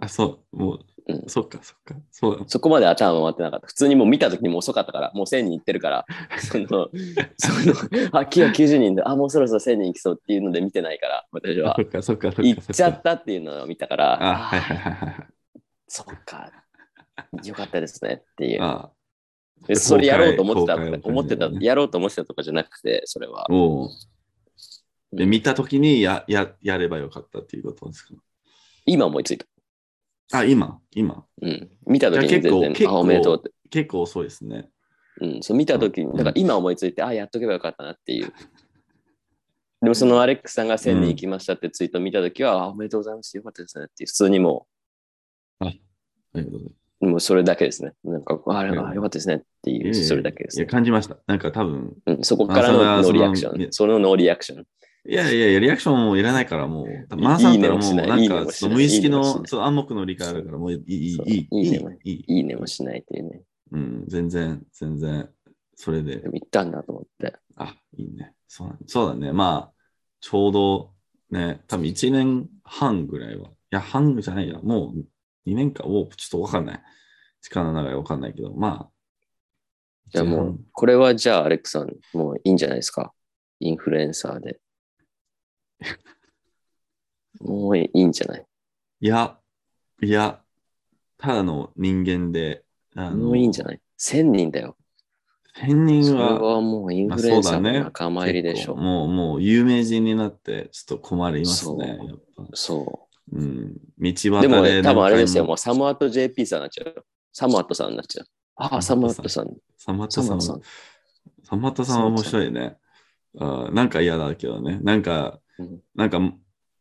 あ、そう、もう、
うん
そっか、そっか、そうだもん。
そこまで頭回ってなかった。普通にもう見た時にもう遅かったから、もう1000人いって るから、その、その、あ、昨日90人で、あ、もうそろそろ1000人いきそうっていうので見てないから、私は
そ。っか、そっか、そっか。
行っちゃ
そ
っ
か。
たっていうのを見たから、
あ、はいはいはいはいはい。
そっか、よかったですねっていう。
あ
でそれやろうと思ってた
後悔後悔の感、じ
思って
だ、
た
ね
やろうと思ってたとかじゃなくて、それは。
おうで、
うん
見たときにやややればよかったっていうことですか
今思いついた。
あ、今、今。
うん。見た時に全
じゃあ結構
然、
結構
あ、おめでとうって。
結構遅いですね。
うん、そう見たときに、
うん
だから今思いついて、あ、やっとけばよかったなっていう。 でもそのアレックスさんが1000人行きましたってツイート見たときは、あ、おめでとうございます。よかったですねっていう、普通にも
ありがとうございます。
う、もうそれだけですね。なんか、あ、あ
うん
よかったですねって
いや
い、
いうやいや
それだけです
いや、
ね。
感じました。なんか多分、
うん、そこからの
あ
ノ
そ
ー
れ
リ
は
アクシ
その
ョ
ね
ン。そのノーリアクション。
いやいやいや、リアクションもいらないから、もう、マナさんだったら
いいねもしない
もう、な
い
いん
ね
か、
もしない
その無意識
いいねもしな
の
い
その暗黙の理解あるから、もういい、いい
そう、
いい、
いい
い
ね
い
も、
いい、
いいねもしないっていうね。
うん、全然、全然、それで
で、も行ったんだと思って。
あ、いいね。そうだそうだね。まあ、ちょうど、ね、多分1年半ぐらいは、いや、半じゃないや、もう2年か、おちょっとわかんない。時間の流れわかんないけど、まあ、
じゃあもう、これはじゃあアレックスさん、もういいんじゃないですか。インフルエンサ ーで。もういいんじゃない
いや、いや、ただの人間で、あ
もういいんじゃない ?1000 人だよ。
変
そ
人
れ
は
はもうインフルエンサーの仲間入りでし
結構
ょ。
もう、もう有名人になって、ちょっと困りますね。
そう
やっぱ
そ
うん、道
う
端で
でも
何回
多分あれですよ、もうサムアット JP さんになっちゃうよ。サムアットさんになっちゃう。ああ、サ
サ
ム
ム
ア
ア
ッ
ッ
ト
ト
さん。
サマッタ
サム
さ
アッ
ん
トさん。
サマッタさんは面白いね。あーなんか嫌だけどね。なんか、
うん
なんか、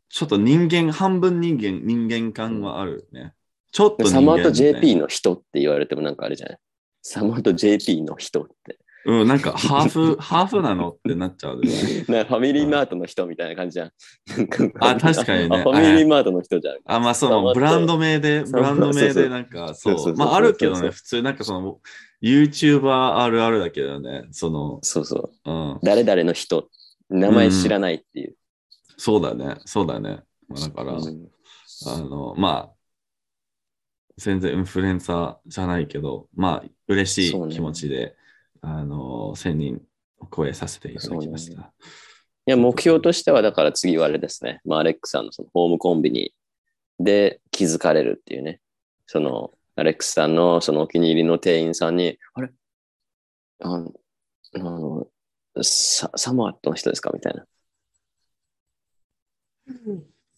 ちょっと人間、半分人間、人間感はあるね。ちょっと
でも
人間
サムアット
みたいな
JP の人って言われてもなんかあれじゃないサムアット JP の人 って。
うん、なんかハーフ、 ハーフなのってなっちゃうよね。
なんかファミリーマートの人みたいな感じじゃん。
あ確かにね
あファミリーマートの人じゃん。
あ、まあそ
サマッ
の
ト
ブランド名で、
サ
ブ
マッ
ラ
ト
ンド名
そうそ
で
う
なんか、
そう
そ
そうそう
う。まああるけど
そうそう
ね、普通なんかその、YouTuber あるあるだけどね、その、
そうそう。
うん、
誰々の人。名前知らないっていう。
そうだね、そうだね。まあ、だから、
うん
あの、まあ、全然インフルエンサーじゃないけど、まあ、嬉し
そう
い
ね
気持ちで、あの、1000人を超えさせていただきました。
いや、目標としては、だから次はあれですね。まあ、アレックさんのそのホームコンビニで気づかれるっていうね。その、アレックスさんのそのお気に入りの店員さんに、あれあの、あのササマーットの人ですかみたいな。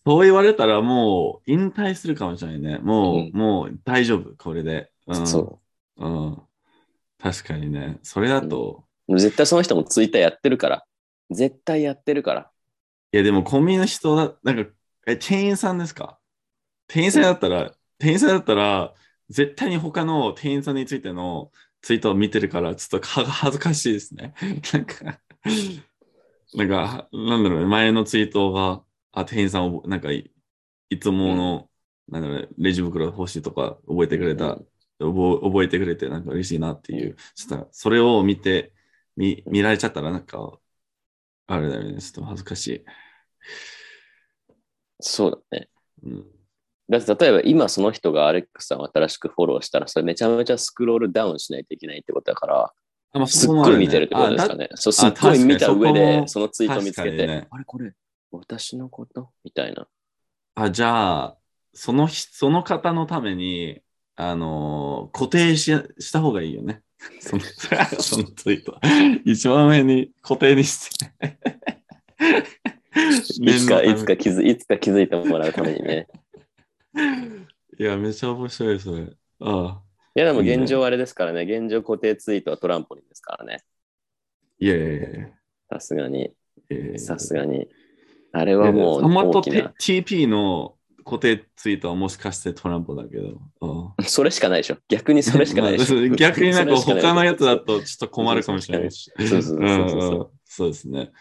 そう言われたらもう引退するかもしれないね。もう、
うん
もう大丈夫、これで。うん、。
そう
ん。確かにね。それだと、
う。絶対その人もツイッターやってるから。絶対やってるから。
いやでもコンビニの人だ、なんか、え、店員さんですか店員さんだったら、店員さんだったら、絶対に他の店員さんについてのツイートを見てるから、ちょっとは恥ずかしいですね。 なんか、なんか、なんだろうね、前のツイートが、あ、店員さんを、なんかい、いつもの、なんだろうね、レジ袋欲しいとか覚えてくれた
う、
覚覚えてくれて、なんか嬉しいなっていう、ちょっとそれを見て、見見られちゃったらなんか、あれだよね、ちょっと恥ずかしい。
そうだね。
うん、
だって例えば今その人がアレックスさんを新しくフォローしたら、それめちゃめちゃスクロールダウンしないといけないってことだから、
あまあ
す
そ
っ
こま
ご
で
い
ね
見てるってことですか
あだ
ね。そう、すっごい見た
確かにそこ
上で、
も
そのツイート見つけ
確
て、
かにね
あれこれ、私のことみたい な。
あ、じゃあ、その日、その方のために、あのー固定し、した方がいいよね。 その、そのツイート。一番上に固定にして。
いつか、
念のため
いつか気づ、いつか気づいてもらうため にね。
いや、めちゃ面白い、それ。ああ。
いや、でも現状あれですからね、現状固定ツイートはトランポリンですからね。
いやいやいやい
さすがに、
やいや。
さすがに。あれはもう
サマ
大
と
き
テ
な。
TP の固定ツイートはもしかしてトランプだけど。ああ
それしかないでしょ。逆にそれしかないでしょ。
逆になんか
それし
他
い
のやつだとちょっと困るかもしれないし。
そうそう
うん
そううそ
んそうですね。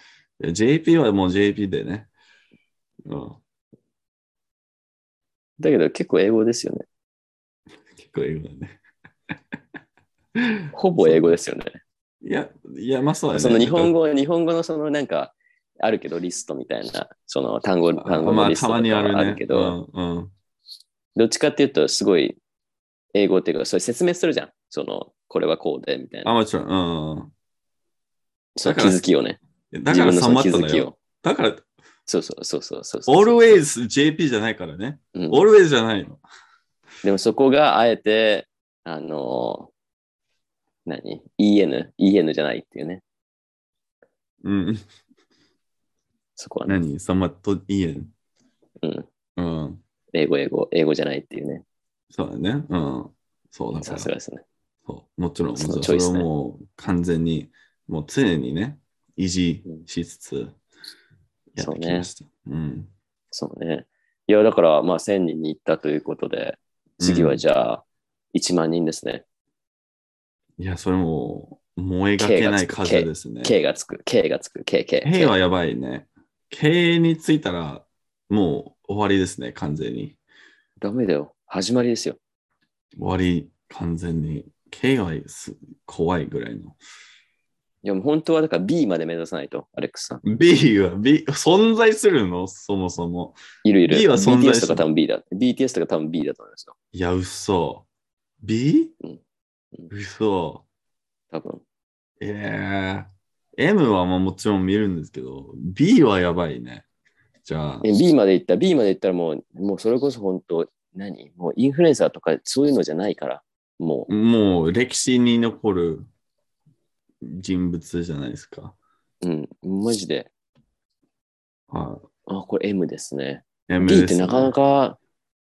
いや JP はもう JP でね。うん、
う。だけど結構英語ですよね。
結構英語だね。
ほぼ英語ですよね。
いや、いや、まあそうだね。
その日本
語
語、日本語のそのなんか、あるけどリストみたいな、その単語、単語
ま
の
あ
リスト
た
とか
まにある
は
ね。
あるけど、
うんうん
どっちかっていうと、すごい英語っていうか、それ説明するじゃん。その、これはこうで、みたい
あ、
な。
もちろん。うんうん
その
だ
気
から
づきをね。
いや、だから
自
サ
分の
マ
そ
ッ
の
ト
気づ
だ
き
よ。
を。
だから、
そうそうそうそうそうそう。
always JP じゃないからね。
うん
always じゃないの。
でもそこがあえて、あのー何 ?EN、EN じゃないっていうね。
うん。
そこはね。
何サマットいい
うん。
うん。
英語、英語、英語じゃないっていうね。
そうだね。うん。そうだか
さ
ら
す。がですね。
そうもちろん、もち
そ
ろ
の
ん
チ
そ
ョ
れ
イス
を
ね
もう完全に、もう常にね、維持しつつやってきました。うん。
そうね。いや、だから、まあ、1000人に行ったということで、次はじゃあ、1万人ですね。
いや、それもう燃えがけない数ですね。
K がつく、K がつく、K、K。
K はやばいね。K についたら、もう終わりですね、完全に。
ダメだよ。始まりですよ。
終わり、完全に。K はす怖いぐらいの。
いや、もう本当はだから B まで目指さないと、アレックスさん。
B は B、存在するのそもそも。
いるいる。
B は存在
BTS
し
とか多分 B だ。BTS とか多分 B だと思いますよ。
いや、嘘。B?
うんうん
嘘。
多分。
ええ M はまあもちろん見るんですけど、B はやばいね。じゃあ、
え B まで行ったら B まで行ったらもう、もうそれこそ本当、何もうインフルエンサーとかそういうのじゃないから、も
もう歴史に残る人物じゃないですか。
う、うん、マジで、
は
あ、これ M ですね。
い。M
B っ
です
て
ね
なかな、か、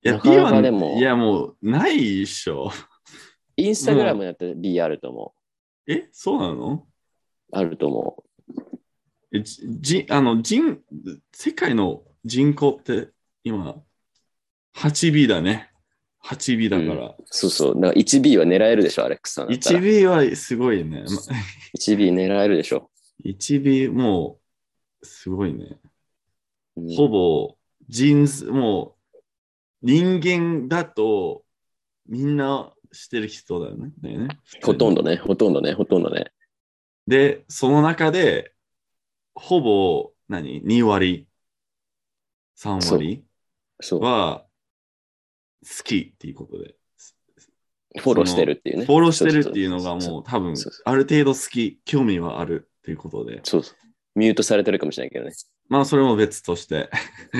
いや、
なかなか
B は
でも
いや、もうないっしょ。
インスタグラムだったら B あると思
え、そうなの
う。あると思
えじじあの人世界の人口って今、8B だね。8B だから。
う。そうそう。だから 1B は狙えるでしょ、アレックスさんだったら。
1B はすごいね。ま
1B 狙えるでしょ。
1B もうすごいね。
うん
ほぼ人生、もう人間だとみんなしてる人だよね。だよね
ほとんどね、ほとんどね、ほとんどね。
で、その中でほぼ何 ?2 割、3割
そう。
は好きっていうことで。
フォローしてるっていうね。
フォローしてるっていうのが
そう
もう多分
そうそう
ある程度好き、興味はあるっていうことで。
そうそう。ミュートされてるかもしれないけどね。
まあそれも別として。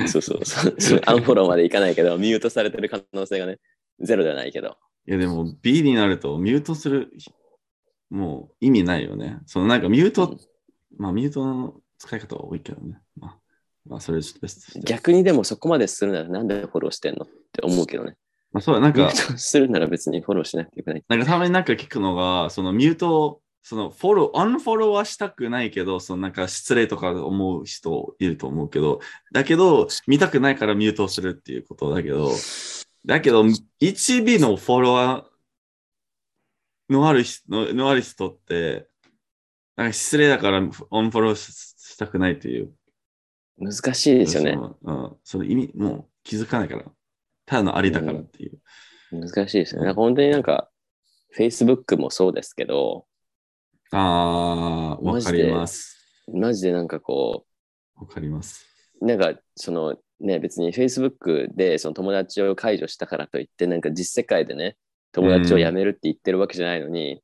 そうそうそうそう。 アンフォローまでいかないけど、ミュートされてる可能性がね、ゼロではないけど。
いやでも B になるとミュートするひもう意味ないよね。そのなんかミュート、
うん
まあミュートの使い方は多いけどね。まあ、まあ、それちょっとベストとして。
逆にでもそこまでするならなんでフォローしてんのって思うけどね。
まあ、そうだ、なん
ミュ
か、
ートするなら別にフォローしなくてよくない。
なんかたまになんか聞くのが、そのミュート、そのフォロー、アンフォローはしたくないけど、そのなんか失礼とか思う人いると思うけど、だけど、見たくないからミュートをするっていうことだけど、だけど、1B のフォロワーのある人ののある人って、なんか失礼だからアンフォローししたくないっていう。
難しいですよね。
そのうん。その意味、もう気づかないから。ただのありだからっていう。
難しいですよね。なんか本当になんか、Facebook もそうですけど、
ああ、わかります。
マジでなんかこ
わかります。
う、なんかそのね、別に Facebook でその友達を解除したからといって、なんか実世界でね、友達を辞めるって言ってるわけじゃないのに、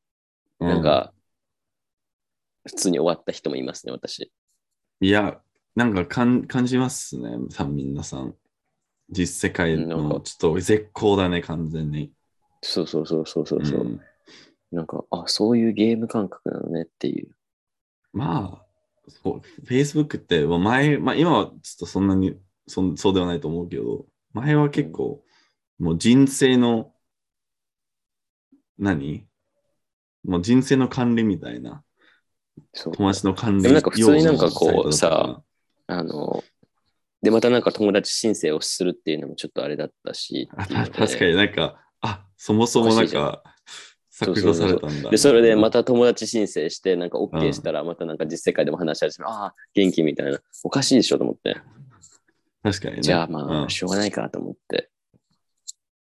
う
なんか、普通に終わった人もいますね、私。
いや、なんかかん感じますね、さん皆さん。実世界
うんなん
の
か
ちょっと絶好だね、完全に。
そうそうそうそうそうそう、
うん
なんか、あ、そういうゲーム感覚なのねっていう。
まあ、そう Facebook って、まあ前、まあ、今はちょっとそんなにそんそうではないと思うけど、前は結構、もう人生の、何もう人生の管理みたいな、
そう
友達の管理
でもなんか普通になんかこう
要素のサイトだったから
あの、で、またなんか友達申請をするっていうのもちょっとあれだったし。
あ
っていうの
た
で
確かになんか、あそもそも
お
な
かし
ん
いじゃん
か、削除されたんだ。
で、それでま
た。
た友達申請して、なんか OK したら、またなんか実世界でも話し始め、ああ、元気みたいな。おかしいでしょと思って。
確かにね。
じゃあま
うん
あ、しょうがないかと思って。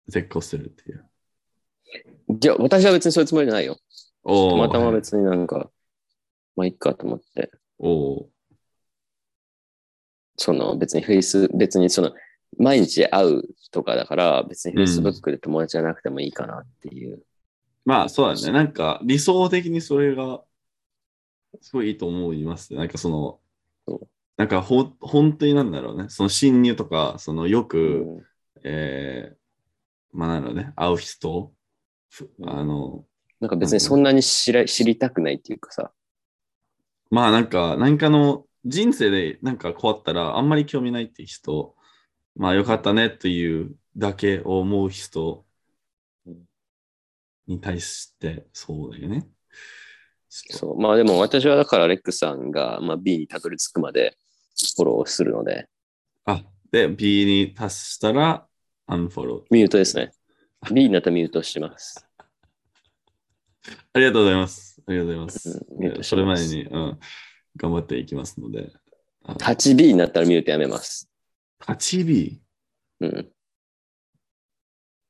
絶好するっていう。
じゃあ、私は別にそういうつもりじゃないよ。
お
た
ー
またま別になんか、まあ、いっかと思って。
おー
その別にフェイス、別にその、毎日会うとかだから、別に
うん
Facebook で友達じゃなくてもいいかなっていう。
まあそうだね。なんか理想的にそれがすごいいいと思いますね。なんかその
そう、
なんかほん本当になんだろうね。その侵入とか、そのよく、
うん
えー、まあなんだろうね、会う人、ふ
うん
あの、
なんか別にそんなに知ら知りたくないっていうかさ。
まあなんか、何かの人生でなんかこうあったらあんまり興味ないっていう人、まあよかったねっていうだけを思う人
うん
に対してそうだよね。
そう。まあでも私はだからレックさんが、まあ、B にたどり着くまでフォローするので、
あ、で、B に達したら、アンフォロー。
ミュートですね。B になったらミュートします。
ありがとうございます。ありがとうございます。
うんミュートします
それ前に、うん、頑張っていきますので。あ
8B になったらミュートやめます。
8B?
うん。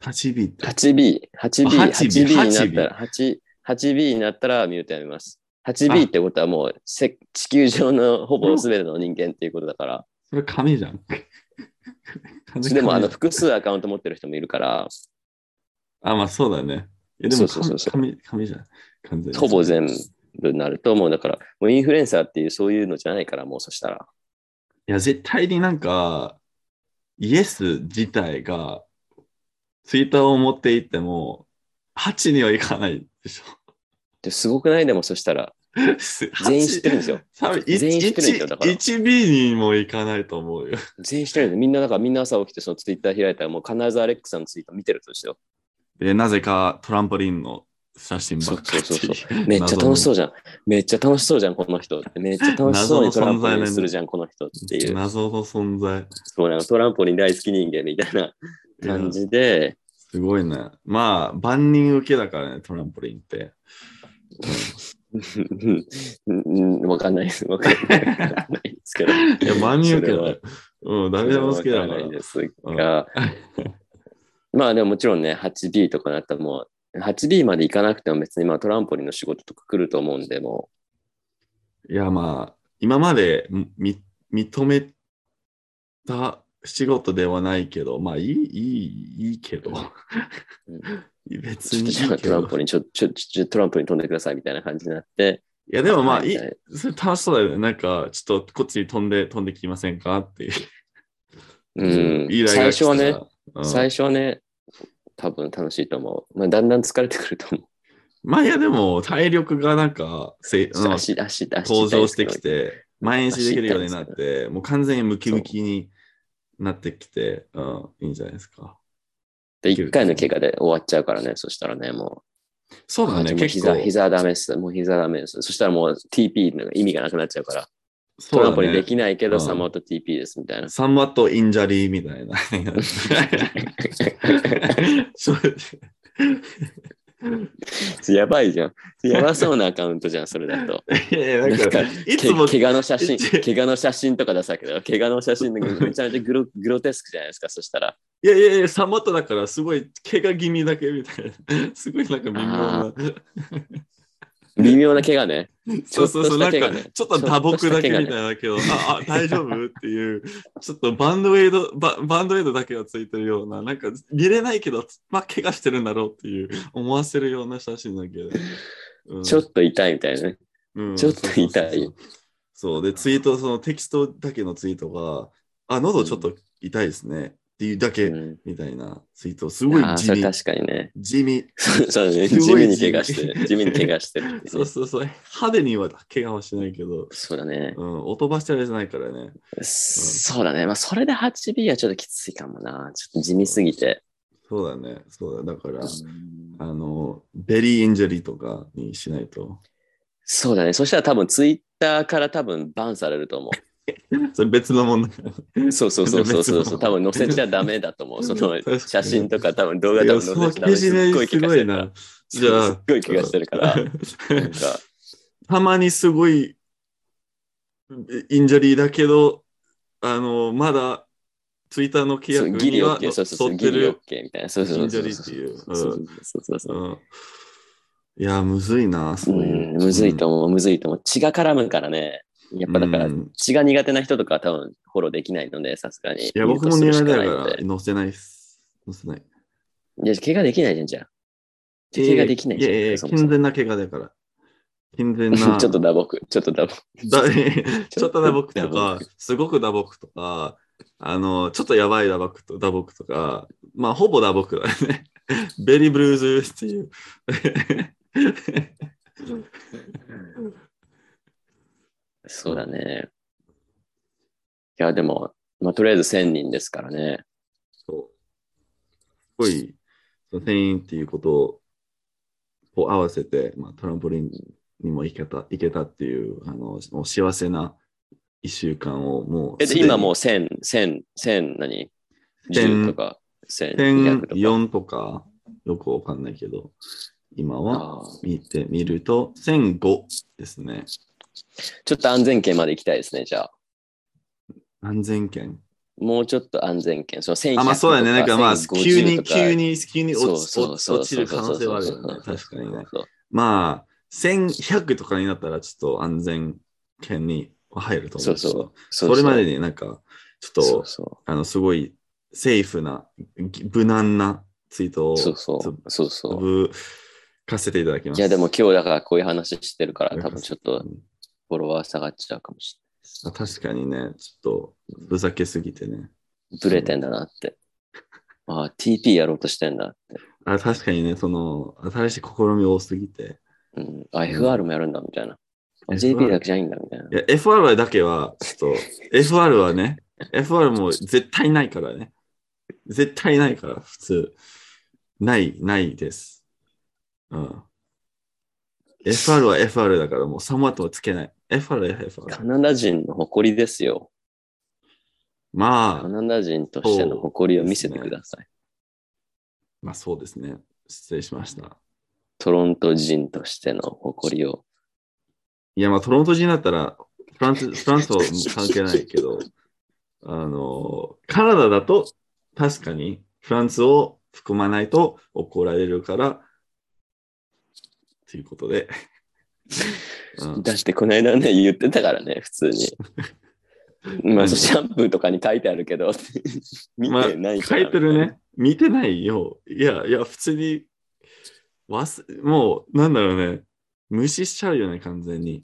8B って。
8B、8B、
あ 8B
8B になったら、8 8B になったらミュートやめます。8B ってことはもうせ地球上のほぼ全ての人間っていうことだ から、
それ紙じゃん。完全に紙
でもあの
じゃん
複数アカウント持ってる人もいるから、
あ、まあそうだね。いやでも
そうそうそうそう
紙紙紙じゃん。完全に。
ほぼ全部になると、もうだから、もうインフルエンサーっていうそういうのじゃないから、もうそしたら。
いや、絶対になんか、イエス自体が、ツイッターを持っていっても、8にはいかないでしょ。
ですごくないでもそしたら、 全員知ってるん ですよ。
多分
全員知ってるんですよだから
1B にもいかないと思うよ。
全員知ってるんですみんな、だからみんな朝起きてそのツイッター開いたら、もう必ずアレックさんのツイート見てるとですよ。
で、なぜかトランポリンの写真ばっかり。
そうそうめっちゃ楽しそうじゃん。めっちゃ楽しそうじゃん、この人って。めっちゃ楽しそうにトランポリンするじゃん、この人っていう。
謎の存在。
そうなんかトランポリン大好き人間みたいない
や
感じで、
すごいね。まあ、万人受けだからね、トランポリンって。
うんうんわかんないです。わかんないわかんないですけど。
いや、万人受け
そ
だ
れは
よ。うん、誰でも好きだ
わ
か
からんない。ですが、まあでももちろんね、8B とかなったらもう、8B まで行かなくても別にまあトランポリンの仕事とか来ると思うんで、も
いや、まあ、今までみ認めた仕事ではないけど、まあ、いい、いい、いいけど。
うんう、
別
ちょ
に
っと
いい
じゃあ
け
トラン
ど。
ポリン、ちょ、ちょ、ちょ、トランポリン飛んでくださいみたいな感じになって、
いや、でもまあ、
はいい
い
はい、
それ楽しそうだよね。なんか、ちょっとこっちに飛んで、飛んできませんかっていう。
うん
依、頼
最
が来
初
たら
はね、、
うん
最初はね、多分楽しいと思う。まあだんだん疲れてくると思う。
まあ、いや、でも、体力がなんか、せ
足、足、足、足
向上してきて、毎日でき
足痛い
るようになって、もう完全にムキムキになってきて、うん、いいんじゃないですか。
で、一回の怪我で終わっちゃうからね、そしたらね、も。
そううだね、
もう
結
膝、
構。
膝ダメです。もう膝ダメです。そしたらもう TP の意味がなくなっちゃうから、
そ
ト
う
ラ
だ
ンポリンでき
ね、
ないけ
う
ど、
ん
サマート TP ですみたいな。
サンバットインジャリーみたいな。そう
やばいじゃん。やばそうなアカウントじゃん、それだと。
いやいや、なんか
な、
いつ
け
も、
怪我の写 真、
いつ
怪我の写真とか出さけど、怪我の 写真なんかめちゃめちゃグログロテスクじゃないですか、そしたら。
いやいやいや、サンバットだから、 すごい、怪我気味だけみたいな。すごいなんか微妙な。
微妙な怪我ね。
そうそうそう、
ち
な
ょっとした
んか
怪我ね、
ちょっと打撲だけみたいだけど、あ、あ、大丈夫っていう、 ちょっとバンドエイド、ババンドエイドだけがついてるような、なんか見れないけど、まあ、怪我してるんだろうっていう、思わせるような写真だけど。うん
ちょっと痛いみたいなね。
うん
ちょっと痛
そう
い
そうそうそうで、ツイート、そのテキストだけのツイートが、あ、喉ちょっと痛いですね、っていうだけ
うん
みたいなツイート、すごい
あー
地
それ
味、
確かにね。
地味。
そうね。
す
地
ごい
味に怪我してる。
地
地
味
味に怪我してる。
そうそう そう、派手には怪我はしないけど、
そうだね。
うん、音ばしてあれじゃないからね。
そうだね。まあ、それで 8B はちょっときついかもな。ちょっと地味すぎて。
そうだね、そうだ、だから、あの、ベリーインジェリーとかにしないと。
そうだね。そしたら多分、ツイッターから多分、バンされる と思
それ別の問題。
う。そうそうそうそうそうそ
別
う。多
の
分、載せちゃダメだと思う。そ
確かに
の写真とか多分、動画多
い
分載
や
せちゃダメ。すっごい
す
気が
ご
し
い
てるから
な。。じゃあ
すっごい気がして るから。なんか、
たまにすごいインジャリーだけど、あの、まだツイッターの規
そ
約
うギ
に
リオ
は
ッケー、そうそうそう、
沿っ
ギ
て
リオッ
る。
ケーみたいな。そうそうそう。
銀シャリっていう
そうそうそうそうそう。
うんいや、むずいな、
う
そうい
ん
う。
むずいと思う、むずいと思う。血が絡むからね。やっぱだから
うん、
血が苦手な人とかは多分フォローできないので、さすがに。
いや、僕も
ミ
狙
ュートす
い
るし
だ
かない
か
の
ら
で、
載せないです。載せない。
いや、怪我できないじゃん、じゃあ。怪我できないじゃん。
いやいやいや
そもそ
健
も
全な怪我だから。健全な。
ちょっと打撲、ちょっと打撲。
だ ちょっと打撲
打
とか
撲、
すごく打撲とか、あの、ちょっとやばい打撲と打撲とか、まあ、ほぼ打撲だね。 ベリーブルーズっていう。
そうだね。いや、でも、まあ、とりあえず1000人ですからね。
そうすごい、その店員っていうことを合わせて、まあ、トランポリンにも行けた行けたっていう、あの、もう幸せな一週間をもう
え、
すで
で
に、
今もう1000、1000、1000何 ?10 とか、1200とか。
1004とか、よくわかんないけど、今は、
あー
見てみると、1005ですね。
ちょっと安全圏まで行きたいですね、じゃあ。
安全圏。
もうちょっと安全圏。その1100
あ、まあそうだね。なんかまあ、
1050
急に、
とか
急に、急に落ち
そう
落ち
そうそうそう
落ちる可能性はあるよね。
そうそう
確
そ
か
う
にね。
そう
まあ、1100とかになったら、ちょっと安全圏に入ると思うけど。
そう
そう
そう
れまで
に、
になんか、ちょっと、
そうそ
あの、すごい、セーフな、無難なツイートを、
う。そうそう。そうそう。
ぶかせていただきま
い
す。
や、でも今日だからこういう話してるから、多分ちょっ
う
と
ん
フォロワー下がっちゃうかもし
あ確かにね、ちょっと、ふざけすぎてね。
れない。ブレてんだなって。ああ、TP やろうとしてんだって。
あ確かにね、その、新しい試み多すぎて。
うん、あ、FR もやるんだみたいな。あ
FR
JP だけじゃないんだみたいな。
いや、FR だけは、ちょっと、FR はね、FR も絶対ないからね。絶対ないから、普通。ない、ないです。うん。FR は FR だから、もうサムワットはつけない。FR は
カ
FR。
ナダ人の誇りですよ。カ
まあ、
ナダ人としての誇りを見せてください。
まあそうですね。失礼しました。
トロント人としての誇りを。
いや、まあ、トロント人だったら、フランス、フランスとは関係ないけど、あの、カナダだと、確かに、フランスを含まないと怒られるから、ということで。うん
だってこの間ね、言ってたからね、普通 に。まあ、
うん
シャンプーとかに書いてあるけど、見
まあ
てないか
書
ら、
いてるね。見てないよ。いや、いや、普通に、忘もう、なんだろうね。無視しちゃうよね、完全に。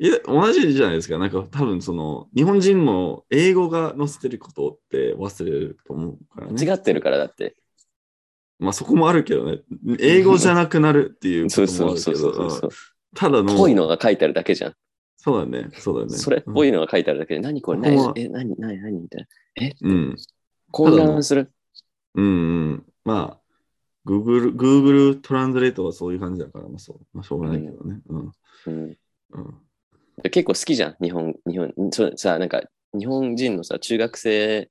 いや、同じじゃないですか。なんか、多分その、日本人も英語が載せてることって忘れると思うからね。
違ってるからだって。
まあ、そこもあるけどね。英語じゃなくなるっていうこ
そう
と
そ
もあ
う
る
そ
け
う
ど
そ、うそう。
うんただの、
ぽいのが書いてあるだけじゃん。
そうだね、そうだね。
それっぽいのが書いてあるだけで、何これ
ここは
何え、何何何みたいな。
うん。
混乱する。
うんうん。まあ、Google、Google トランスレートはそういう感じだから、まあそう、まあ、しょうがないけどね。うん。
うん
うん。
結構好きじゃん、日本、日本。そうさ、なんか、日本人のさ、中学生、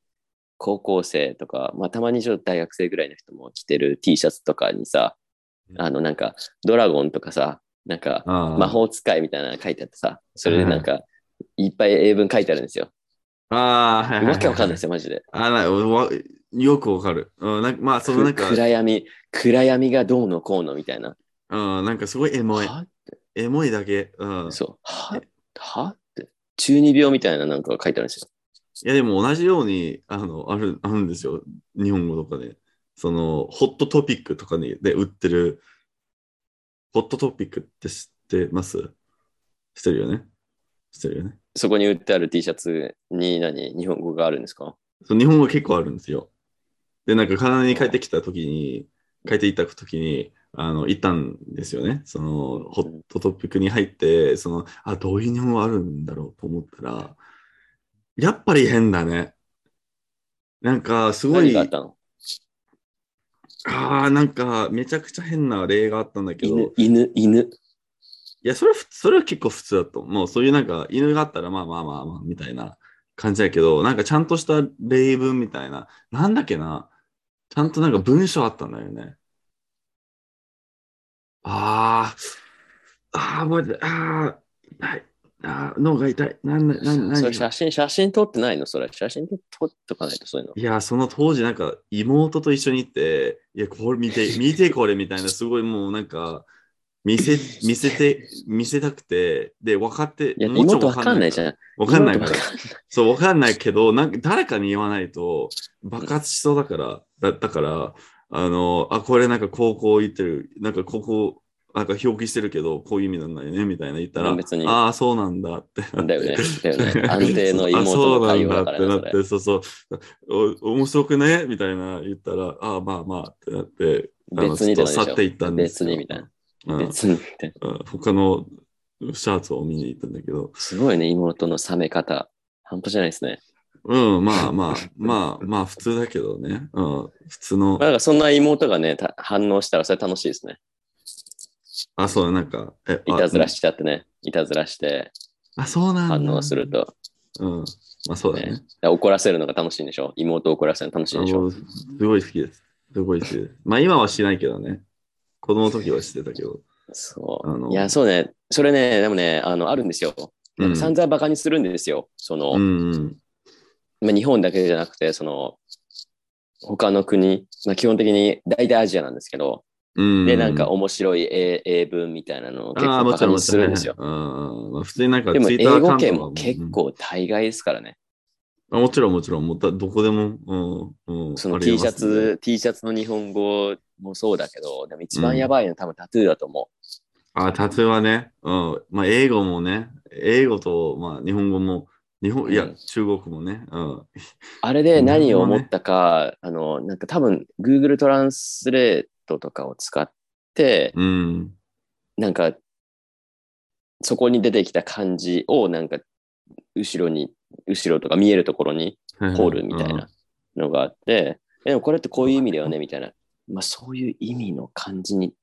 高校生とか、まあ、たまにちょっと大学生ぐらいの人も着てる T シャツとかにさ、あの、なんか、ドラゴンとかさ、なんか、
ああ
魔法使いみたいなの書いてあってさ、それでなんか、いっぱい英文書いてあるんですよ。
ああ、はいはいはい。
わけわかんないですよ、マジで。
あなわよくわかる。うん、なんかまあ、そのなん
く
か、
暗闇、暗闇がどうのこうのみたいな。
うん、なんかすごいエモい。
はって。
エモいだけ。うん。い
そう。ははって。中二病みたいななんかが書いてあるんですよ。
や、でも同じように、あの、ある、あるんですよ。日本語とかで。その、ホットトピックとかにで売ってる、ホットトピックって知ってます知ってるよね知ってるよね
そこに売ってある T シャツに何日本語があるんですか
そう日本語結構あるんですよ。で、なんかカナダに帰ってきたときに、帰っていったときに、あの、行ったんですよね。その、ホットトピックに入って、その、あ、どういう日本語あるんだろうと思ったら、やっぱり変だね。なんか、すご
何
い、
があっ
あ
たの
あー、なんか、めちゃくちゃ変な例があったんだけど、
犬、犬、犬。
いや、それは普、それは結構普通だと思う。もうそういうなんか、犬があったら、まあまあまあまあ、みたいな感じだけど、なんかちゃんとした例文みたいな、なんだっけな、ちゃんとなんか文章あったんだよね。ああ、ああ、覚えて、ああ、痛い、ああ、脳が痛い、なんだ、なん
そ
だ、
れ写真、写真撮ってないのそれ。写真撮撮っとかないとそういうの。
いや、その当時なんか妹と一緒に行って、いや、これ見 て、見てこれみたいな、すごいもうなんか、見せ、見せて、見せたくて、で、分かって、
いや、
もうちょっ
妹
と
わかんないじ
ん。
ゃん。
分かんないか
妹
ら
わ。かん
そう、分かんないけど、なんか誰かに言わないと爆発しそうだから、だだから、あの、あ、これなんか高校行ってる、なんか高校、なんか表記してるけど、こういう意味なんだよね、みたいな言ったら、
別に
ああ、そうなんだってなって。
だよね。だよ ね。安定の
そ
妹
う
の
あそ
対
う
応
な
だ
んだ
か
っ
ら
て
ね、
な
そ
っ
れ
て、。そうそう。お面白くねみたいな言ったら、ああ、まあまあってなって、あの
別に
ち
じ
ょ
ゃ
っ
な
と去
いでしょ
っていったんですよ
別にみたいな。
うん
別にみたいな。
うん他のシャツを見に行ったんだけど、
すごいね、妹の冷め方。半端じゃないですね。
うん、まあまあ、まあまあ、普通だけどね。うん、普通の
まあ、なんかそんな妹がね、た反応したらそれ楽しいですね。
あ、そう、なんか、え、
いたずら
し
しちゃってね。いたずらして
あ、そうなんだ。
反応する。と、
うん。まあ、そうだ
ね。だ
ね
か。ら怒らせるのが楽しいんでしょ妹を怒らせるの楽しい
あ
んでしょ
のすごい好きです。すごい好きです。まあ、今はしないけどね。子供の時はしてたけど。
そ
あの
う。いや、そうね。それね、でもね、あの、あるんですよ。
うん。
散々バカにするんですよ。その、
うんうん。
まあ、日本だけじゃなくて、その、他の国、まあ、基本的に大体アジアなんですけど、
うん。
で、なんか、面白い英英文みたいなのを結
ああ、
構
も
バ
ち
カ
ろん、
に
も
す
ち
る
ろん。
んですよ。
うんうんまあ、普通になんか、
でも、英
Twitter アカウ
語
ント
圏
とか
も結
うん
構大概ですからね。
あもちろん、もちろん。もたどこでも、うん。うん、
その
あり
T
え
シ
ま
ャ
すね。
ツ、T シャツの日本語もそうだけど、でも一番やばいのは多分タトゥーだと思
あ、タトゥーはね。うん。まあ、英語もね。英語と、まあ、日本語も、日本、いや、
うん
中国もね。うん。
う。あれで何を思ったか、あの、なんか多分 Google トランスレートとかを使って、
うん。
なんか、そこに出てきた漢字をなんか、後ろに、後ろとか見えるところに、ホールみたいなのがあって、えでもこれってこういう意味だよね、みたいな。まあそういう意味の感じに、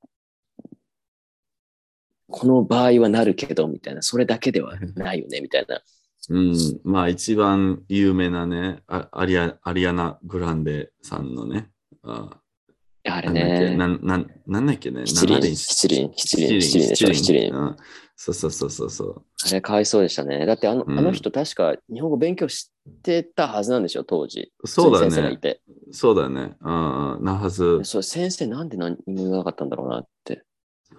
この場合はなるけど、みたいな。それだけではないよね、みたいな。
うん、まあ一番有名なね、あアリアアリアナ・グランデさんのね、あ
あれ
なんだっけ、な
ね。
んなんなんだっけね、
七輪、
七輪
七輪、七輪、七輪でしょ、七輪。
うんそうそうそうそうそう。
あれかわいそうでしたね。だってあの,、
うん
あの人確か日本語勉強してたはずなんでしょ、当時。
そうだ
先生がい
ね、
て。
そうだね、うんうんなはず、
そう先生なんで何も言わなかったんだろうなって。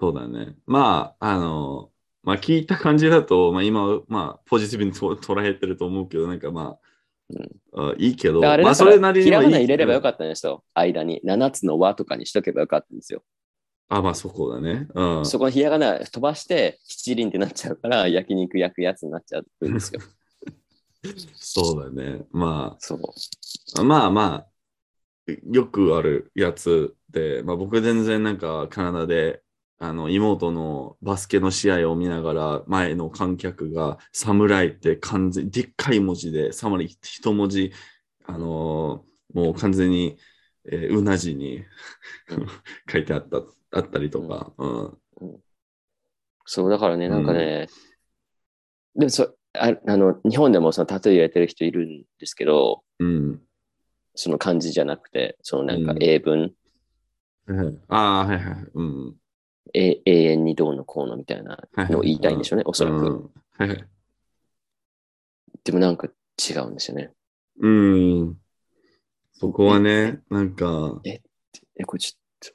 そうだね。まあ、あの、まあ聞いた感じだと、まあ今、まあポジティブにと捉えてると思うけど、なんかまあ、あいいけど、
あれ
まあ
だか
そ
ら、
れなり
ひ
に
ら
はい
が
い
な入れればよ
っ
かったんですよ。間に7つの和とかにしとけばよかったんですよ。
た。あ、まあそこだね。うん。
そこのひらがな飛ばして七輪ってなっちゃうから焼肉焼くやつになっちゃうんですよ。
そうだね。まあ、
そう。
まあまあ、よくあるやつで、まあ、僕全然なんかカナダであの妹のバスケの試合を見ながら前の観客が「侍」って完全でっかい文字で「侍」一文字あのーもう完全に、えーうなじに 書いてあったあったりとか、うん、
そう、だからね、なんかね、でもそああの、日本でもそのタトゥー入れてる人いるんですけど、
うん、
その漢字じゃなくて、そのなんか
うん
英文、
ああーはいはい、うん、
え永遠にどうのこうのみたいなのを言いたいんでしょうね、おそら
う
く。
ん、はいはい
でもなんか違うんですよね。
うん、そこはね、なんか、
え、これちょっ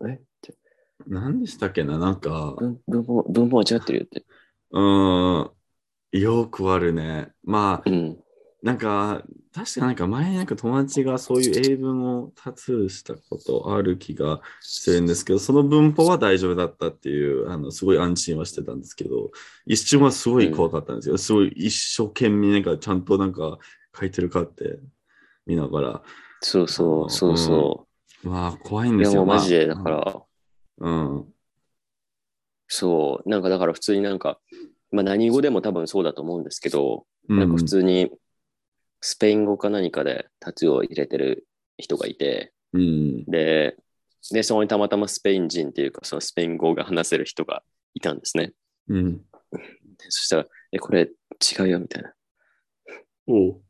と、えって
何でしたっけななんか、
文文法文法間違ってるよって。
うーん、よくあるね。まあ、
うん。
なんか、確かなんか前になんか友達がそういう英文を多数したことある気がするんですけど、その文法は大丈夫だったっていう、あの、すごい安心はしてたんですけど、一瞬はすごい怖かったんですよ。すごい一生懸命なんかちゃんとなんか書いてるかって見ながら、
そうそう、そうそ
まあ怖いん
う。い
で
や
す
も
よ。
うマジで、
ま
だ
あ
から、
うん。
そう、なんかだから普通になんか、まあ何語でも多分そうだと思うんですけど、
な
なんか普通にスペイン語か何かでタトゥーを入れてる人がいて、
うん。
で、で、そこにたまたまスペイン人っていうか、そのスペイン語が話せる人がいたんですね。
うん。
でそしたら、え、これ違うよみたいな。
お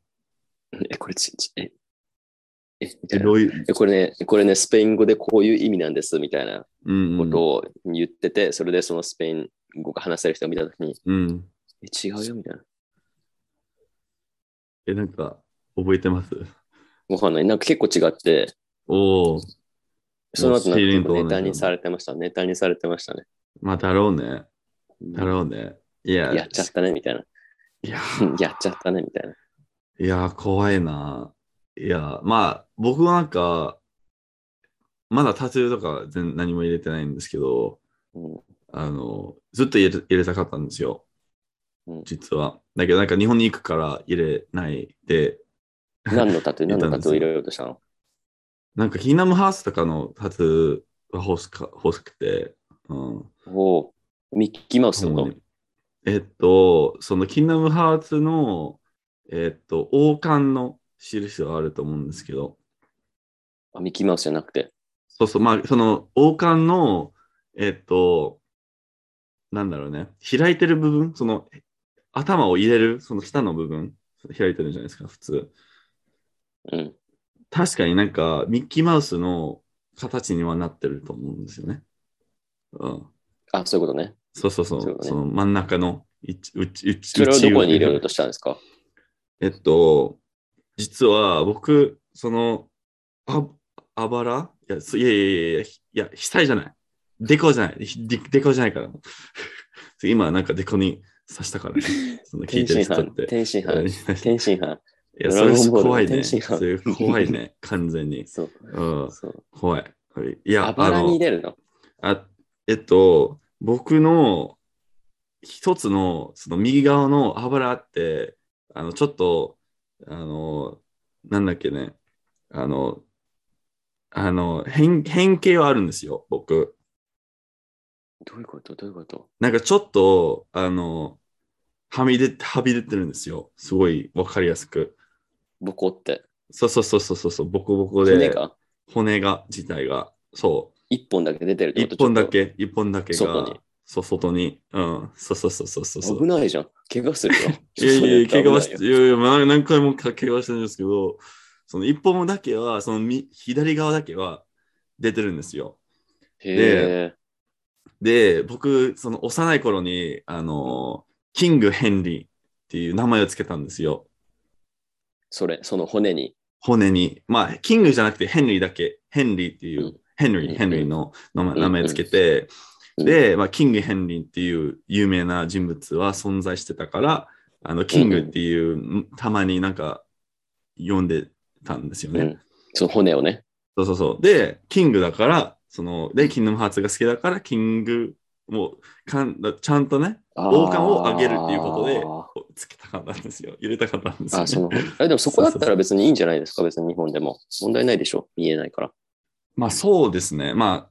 え、これち、ちえ、え、みた
え、
いな
ど。ういう、
え、これね、これね、スペイン語でこういう意味なんですみたいな
うん、う
こ
ん。
とを言ってて、それでそのスペイン語が話せる人を見たときに、
うん。
え、違うよみたいな。
え、なんか、覚えてます
わかんない。なんか結構違って、
おお、
その後
も
なんか結構
うシーリンと同じ
ネタにされてました。ネタにされてましたね。
まあ、だろうね。だろうね。いや、
やっちゃったねみたいな。
いや、
やっちゃったねみたいな。
いや、怖いな。いや、まあ、僕はなんか、まだタトゥーとか全何も入れてないんですけど、
うん
あの、ずっと入れ入れたかったんですよ。
うん
実は。だけど、なんか日本に行くから入れないで、
何のタトゥー
言
何
った
の
ん
タ
です
ト
よ
ゥー入れようとしたの
なんかヒーナムハウスとかのタトゥーは欲しか欲しくて、うん。
おおミッキーマウスの
そ
こ
う
と
ねえっと、そのキングダムハーツの、えっと、王冠の印はあると思うんですけど、
あミッキーマウスじゃなくて。
そうそう、まあ、その王冠の、えっと、なんだろうね、開いてる部分、その頭を入れる、その下の部分、開いてるじゃないですか、普通。
うん。
確かになんか、ミッキーマウスの形にはなってると思うんですよね。うん。
あ、そういうことね。
そうそうそう、
そ
そう
だね
の真ん中の、うち、うち、うち、
それをどこに入れ
る
ようとしたんですか
えっと、実は僕、その、あ、あばらいや、そいやいやいやいや、ひいや、額じゃない。デコじゃない。ひデデコじゃないから。 今、なんかデコに刺した からね。その聞
天
いてる
津
人っ
飯
て。。
天津飯。
い
天津飯。
や、
ド
そ
ラ
れ
ゴンボール
怖いね。
天津飯
それ怖いね。完全に。
そう。
うん、
そう。
怖い。いや、
あばらに
の
入れるの
あ、えっと、僕の一つの、その右側のあばらって、あの、ちょっと、あの、なんだっけね、あの、あの、変、変形はあるんですよ、僕。
どういうことどういうこと
なんかちょっと、あの、はみ出、はび出てるんですよ。すごいわかりやすく。
ボコって。
そうそうそうそうそう、ボコボコ
骨
で、
が
骨が、自体が、そう。
一本だけ出てるってこと
一本だ。
ち
け、一本だけが、
外に
そう、外に。うん、そうそうそうそうそ
ょ
う
っ
そ
と
う。
危ないじゃん。怪我するよ。
いやいや、怪我はし
危ない
いやいや、まあ何回も怪我してるんですけど、その一本だけは、そのみ左側だけは出てるんですよ。
へえ。
で、僕、その幼い頃に、あの、キング・ヘンリーっていう名前をつけたんですよ。
それ、その骨に。
骨に。まあ、キングじゃなくてヘンリーだけ、ヘンリーっていう、
うん
ヘンリ
うん
ー、ヘンリーの名前
うん
名前つけて、
うん
で、まあ、キング・ヘンリーっていう有名な人物は存在してたから、あの、キングっていう、たまになんか、呼んでたんですよね。
うん。その骨をね。
そうそうそう。で、キングだから、その、で、キングムハーツが好きだから、キング、もうかん、ちゃんとね、王冠をあげるっていうことでつけたかったんですよ。入れたかったんですよ、
あ、
ね。
その、あでもそこだったら別にいいんじゃないですか、別に日本でも。問題ないでしょ、見えないから。
まあそうですね。まあ、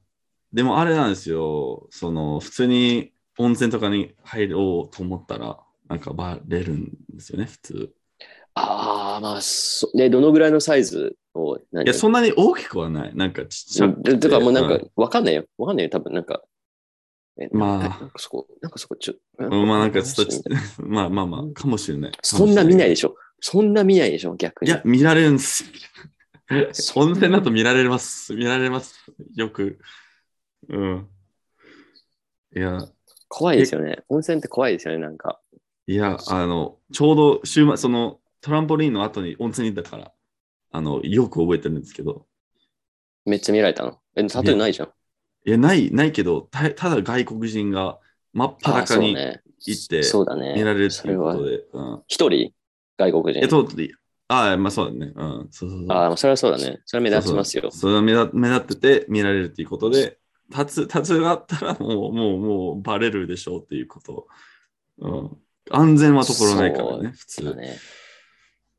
でもあれなんですよ。その、普通に温泉とかに入ろうと思ったら、なんかバレるんですよね、普通。
ああ、まあ、そで、どのぐらいのサイズを、何
いや、そんなに大きくはない。なんかちっちゃくて
だだからもうなん
う
か、わかんないよ。わかんないよ、多分なんか。え
まあ
なんかなんかそこ、なんかそこ、ちょ、
うんまあなんかちょっとち、まあまあまあ、かもしれない。。
そんな見ないいでしょ。そんな見ないでしょ、逆
い
に。
や、見られるんですよ。
そん
温泉だと見られます。見られます。よく。うん。いや、
怖いですよね。温泉って怖いですよね、なんか。
いや、あの、ちょうど週末、そのトランポリンの後に温泉に行ったから、あの、よく覚えてるんですけど、
めっちゃ見られたの。え、タトゥーないじゃん。
いや、ない、ないけど、たただ外国人が真っ
あ
裸に
そうね
行って
そうだね。
寝られる
そ
とい
れ
う
は
ことで。うん。
一人外国
えっ
人。
と、ああ、まあそうだね。うん。そうそうそう。
ああ、それはそうだね。それは目立ちますよ。
そうそうそれは目立目立ってて見られるっていうことで、立つ、立つがあったらもう、 もう、もうバレるでしょうっていうこと。うん。安全はところないからね、普
そうだ
通。
ね。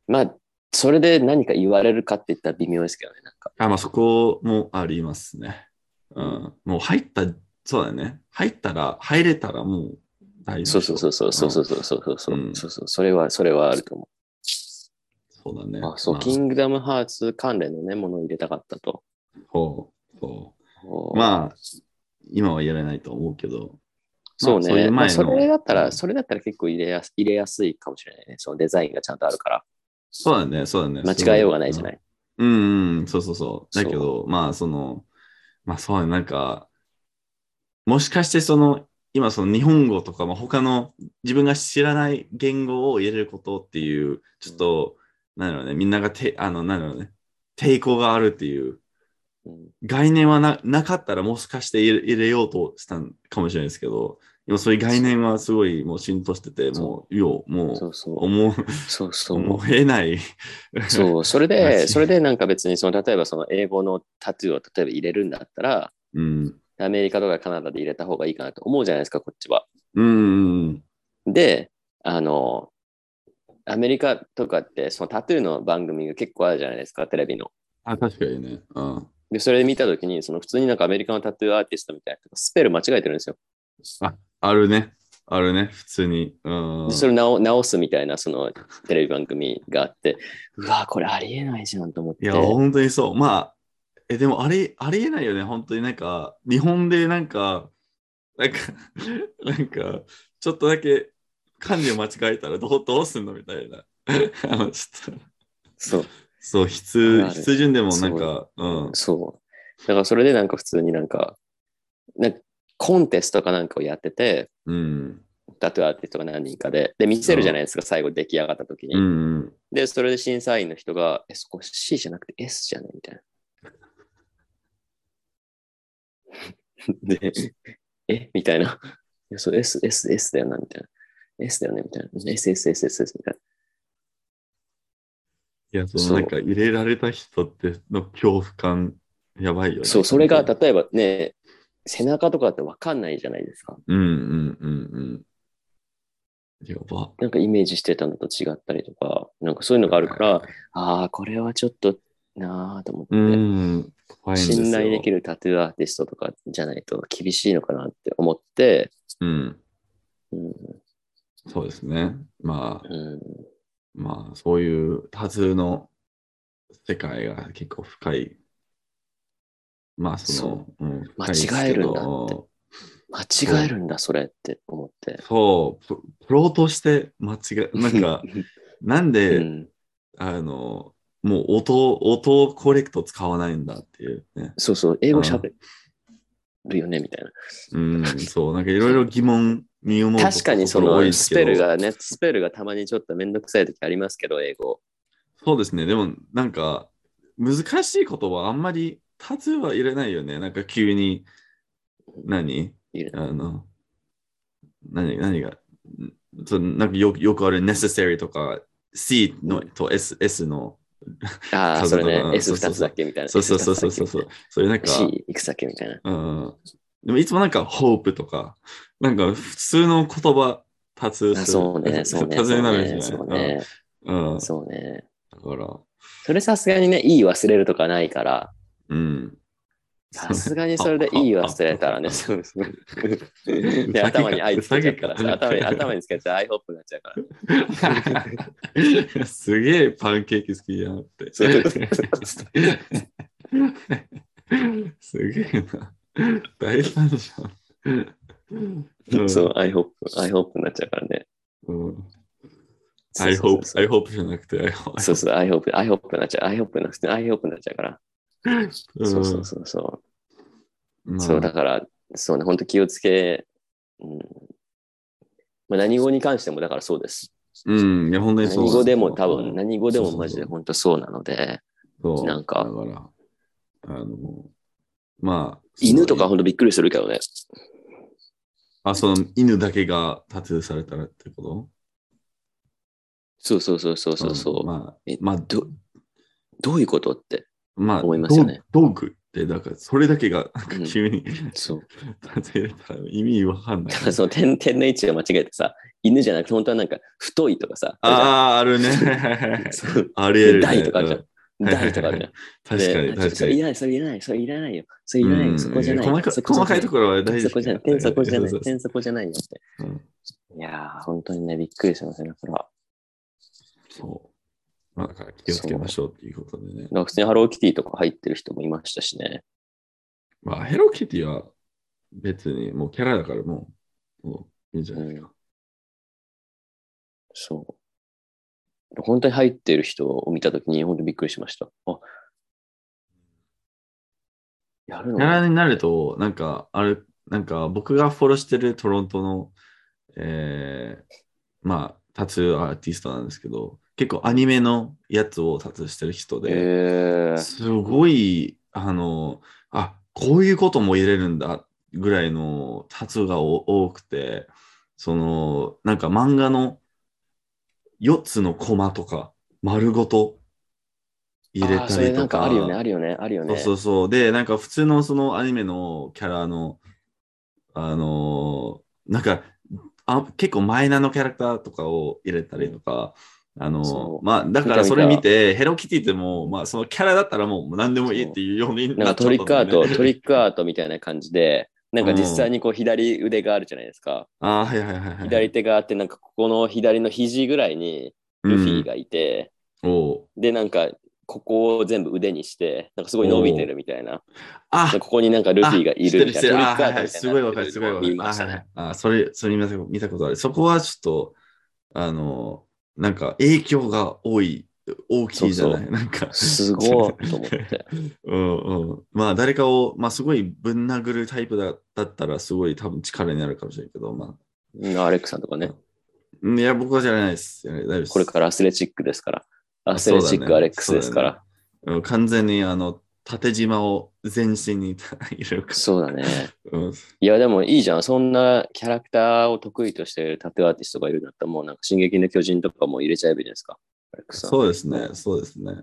まあ、それで何か言われるかって言ったら微妙ですけどね。なんか
あ、まあそこもありますね。うん。もう入った、そうだね。入ったら、入れたらもう大丈
そ
夫
う
でし
そ
ょ。
うそうそうそうそうそうそうそうそう、
うん
そうそうそれはそれはあると思
そうだね。
う。あそう、
ま
キングダムハーツ関連のね、ものを入れたかったと。
そうそ
お
う。まあ、今はやれないと思うけど。
そ
ま
う
あそうい
ね。
う前の
まあ、それだった
う
ら、
ん
それだったら結構入れやす入れやすいかもしれないね。そのデザインがちゃんとあるから。
そうだね、そうだね。
間違えようがないじゃない。
うんうん、そうそうそう。だけ
そ
ど、まあ、その、まあそうね、なんか、もしかしてその、今その日本語とか、まあ、他の自分が知らない言語を入れることっていう、ちょっと、なんだろうね、みんながて、あの、なんだろうね、抵抗があるっていう、
うん
概念はななかったらもしかして入れ入れようとしたんかもしれないですけど、今そういう概念はすごいもう浸透してて、もう、よう、も、
そううそう。
思う、
そうそう
思。えない。
そう、それ
マ
で、
ジ
それでなんか別にその、例えばその英語のタトゥーを例えば入れるんだったら、
うん。
アメリカとかカナダで入れた方がいいかなと思うじゃないですか、こっちは。
うんうんうん。
で、あの、アメリカとかってそのタトゥーの番組が結構あるじゃないですか、テレビの。
あ、確かにね。うん。
で、それで見たときに、その普通になんかアメリカのタトゥーアーティストみたいな人がスペル間違えてるんですよ。
あるね。あるね。普通に。うん。
でそれ直直すみたいなそのテレビ番組があって、うわ、これありえないじゃんと思って。
いや、本当にそう。まあ、え、でもあれ、ありえないよね。本当になんか、日本でなんか、なんか、 なんか、ちょっとだけ、漢字を間違えたらどうどうすんのみたいな。 あの、ちょっと、
そう、
そう、必須、
ある
必須順でもなんか、うん。
そう。だからそれでなんか普通になんか、なんかコンテストかなんかをやってて、
うん。
タトゥーアーティストが何人かで、で、見せるじゃないですか、最後出来上がった時に。
うん。
で、それで審査員の人が、え、そこ C じゃなくて S じゃねみたいな。で、えみたいな。いや、そう S、S、S だよな、みたいな。S だよねみたいな。S、S、S、S、S みたい
いや、そ
そう
のなんか、入れられた人っての恐怖感、やばいよね。
な。そう、それが
本当に
例えばね、背中とかだってわかんないじゃないですか。
うんうんうんうん。やば。
なんかイメージしてたのと違ったりとか、なんかそういうのがあるから、ああ、これはちょっとなあと思って。
うん。怖いんですよ
信頼できるタトゥーアーティストとかじゃないと厳しいのかなって思って、
うん。
うん
そうですね。まあ、
うん、
まあ、そういうタトゥーの世界が結構深い。まあ、その、うん、深いで
間
すけど
違えるんだって間違えるんだ、それって思って。
そう、ププロとして間違え、なん か、なんで、
うん、
あの、もう音、音をコレクト使わないんだっていうね。
そうそう、英語喋るよね、みたい
うん、そう、なんかいろいろ疑問に思う
な。
こと
確かにそ
多いで
の
す
ス
けど
ペルがね、スペルがたまにちょっとめんどくさい時ありますけど、英語。
そうですね。でも、なんか、難しいことはあんまりタトゥーは入れないよね。なんか急に、何
入れ
あの、何何が、んそうなんかよよくある necessary とか、C のと S, S の、
ああ、それ
う
ね
ん、そうそう
S2 つだっけみたいな。
そうそうそうそうそう
S
そ
二
う、そういうなん
つ
か、
だっけ C いくつだっけみたいな。
うん、でもいつもなんか hope とか、なんか普通の言葉、タトゥー
あ
する。
そ うね、そうね、
タトゥーになるんです
そ
よ
う
ね。
ね、
うん、うんだ
そうね。
から、
それさすがにね、いい忘れるとかないから、
うん。
さすがにそれでいい忘れたらね、そうそう。で、頭に愛つけちゃったらさ、頭に、頭につけて I hope になっちゃうから。
すげえパンケーキ好きじゃなって。
そう
すげえな。大惨じゃん。うん
そう、I hope、I hope になっちゃうからね。
うん。
そう
I
そう
hope,
そう
I hope じゃなくて、I hope.
そうそう、I hope、I hope になっちゃう。I hope なくて、I hope になっちゃうから。そうそうそうそうう。
ん
そう、だから、そうね、本当気をつけ、うん。まあ、何語に関してもだからそうです。
うん、いや、本当に
何
そう。
語でも多分、
ね。
何語でも
そうそうそう
マジで本当そうなので、
そう。
なん
だ
か
から、あの、まあ。
犬とかほんとびっくりするけどね。
あ、その犬だけがタトゥーされたらってこと
そうそうそうそうそうそう、
んまあ
え、
まあ、
ど。どういうことって。
まあ、
思いますよね
道道具って、だから、それだけが、なんか
うん
急に、
そう。
例えたら意味わかんない
だか。ら その点点の位置を間違えてさ、犬じゃなくて本当はなんか太いとかさ、
ああ、ある ね。
そう
ありえる、ね。
台とかあるじゃん
う
大とかあるじゃん。
ん確かに、
であちょっと
確
そ
か
れい
に。
らない、それいらない、それいらないよ。それいらないよ、そこじゃない。
うん細か
そこじゃ
細
な
かいところは大事
そこじゃない、点そこじゃない、
そうそう
点そこじゃないよって。
そううん
いやー、本当にね、びっくりしますね、それは。
そう。まあ、だから気をつけましょうっていうことでね
だ。から普通にハローキティとか入ってる人もいましたしね。
まあ、ヘローキティは別にもうキャラだからもう、もういいんじゃないですか。
そう。本当に入ってる人を見たときに、本当にびっくりしました。あやるの
キャ
かな
ラになると、なんか、あれ、なんか僕がフォローしてるトロントの、えー、まあ、タトゥーアーティストなんですけど、結構アニメのやつをタトゥーしてる人で、
えー、
すごい、あの、あこういうことも入れるんだぐらいのタトゥーがお多くて、その、なんか漫画の4つのコマとか、丸ごと入れ
あーそ
た
れ
り
な
と
んかあ
か
る。よね、あるよね、あるよ
そう
ね。
そうそう。で、なんか普通のそのアニメのキャラの、あのーなんかあ、結構マイナーのキャラクターとかを入れたりとか、あのー
そう
まあ、だから
見た見た
それ見て、ヘローキティってもう、まあ、そのキャラだったらもう何でもいいっていうように
な
なんっ
か
ちゃ
ト
っ
リ
たん
ック
だ
ア
よ
ー
ね
ト、トリックアートみたいな感じで、なんか実際にこう左腕があるじゃないですか。
ああ、はいはいはい、はい。
左手があって、なんかここの左の肘ぐらいにルフィがいて、
うん、おう
で、なんかここを全部腕にして、なんかすごい伸びてるみたいな。
あ
ここになんかルフィがいるみた
あ知ってる知っ
いな。
てるあはいはいすごいわかる、すごいわかる。
見ましたね
あはいはいあそれ、それ見たこと見たことある。そこはちょっと、あの、なんか影響が多い、大きいじゃない。
そう
なんか。
すごいと思って。
うんうん。まあ、誰かを、まあ、すごいぶん殴るタイプだだったら、すごい多分力になるかもしれないけど、まあ。
うんアレックさんとかね、
うんいや、僕はじゃないです。いや大丈夫です
これからアスレチックですから。アスレチックアレックスですから。
うん完全に、あの、縦縞を全身に入れるか。
そうだね。
うん
いや、でもいいじゃん。そんなキャラクターを得意としているタトゥーアーティストがいるんだったら、もうなんか、進撃の巨人とかも入れちゃえばいいじゃないですか。アレックさん。
そうですね、そうですね。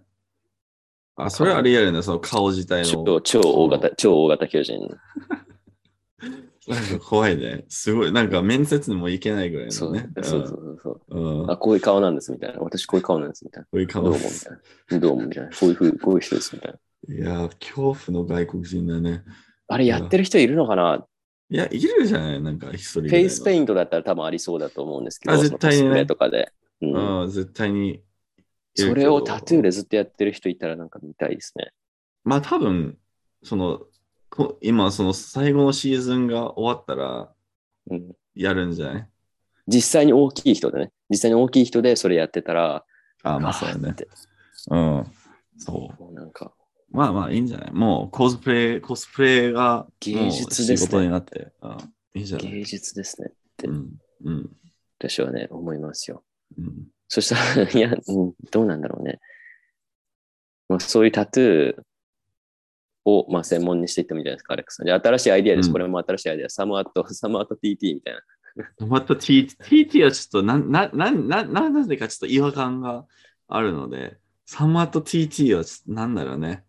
あ、それはありえるね、その顔自体
超
の。
超大型、超大型巨人。
なんか 怖いね。すごい、なんか面接にも行けないぐらい
そ
の
う
ね。
そうそうそうそう。
うん。うん
あ、こういう顔なんですみたいな。私こういう顔なんですみたいな。
こういう顔
どうもみたいな。どうもみたいな。こういうふう、こういう人ですみたいな。
いやー、恐怖の外国人だね。
あれやってる人いるのかない
や、いるじゃないなんか、一人ぐ
フ
ら
ェ
いの
イスペイントだったら多分ありそうだと思うんですけど、
あ絶対にね
そのコスプレとかで。うん
うん、絶対に。
それをタトゥー
で。
でずっとやってる人いたらなんか見たいですね。
まあ、多分、その、こ今、その最後のシーズンが終わったら、
うん、
やるんじゃない
実際に大きい人でね、実際に大きい人でそれやってたら、
あー、まあ、
ガー
そうだ
ッ
ね。
て
うん。そう。
もうなんか
まあまあいいんじゃないもうコスプレ、コスプレがもう
芸術です
仕
ね
事になって。あいいんじゃない
芸術ですね。
うん。うん。
私はね、思いますよ。
うん。
そしたら、いや、うんどうなんだろうね。まあ、そういうタトゥーを、まあ、専門にしていってもいいんじゃないですか、アレックスさん。で新しいアイディアです。
うん
これも新しいアイディア。サムアット、サムアット TT みたい な。
また T、TT はちょっとな、な、な、な、な、なぜかちょっと違和感があるので、サマーと TT はちょっとなんだろうね。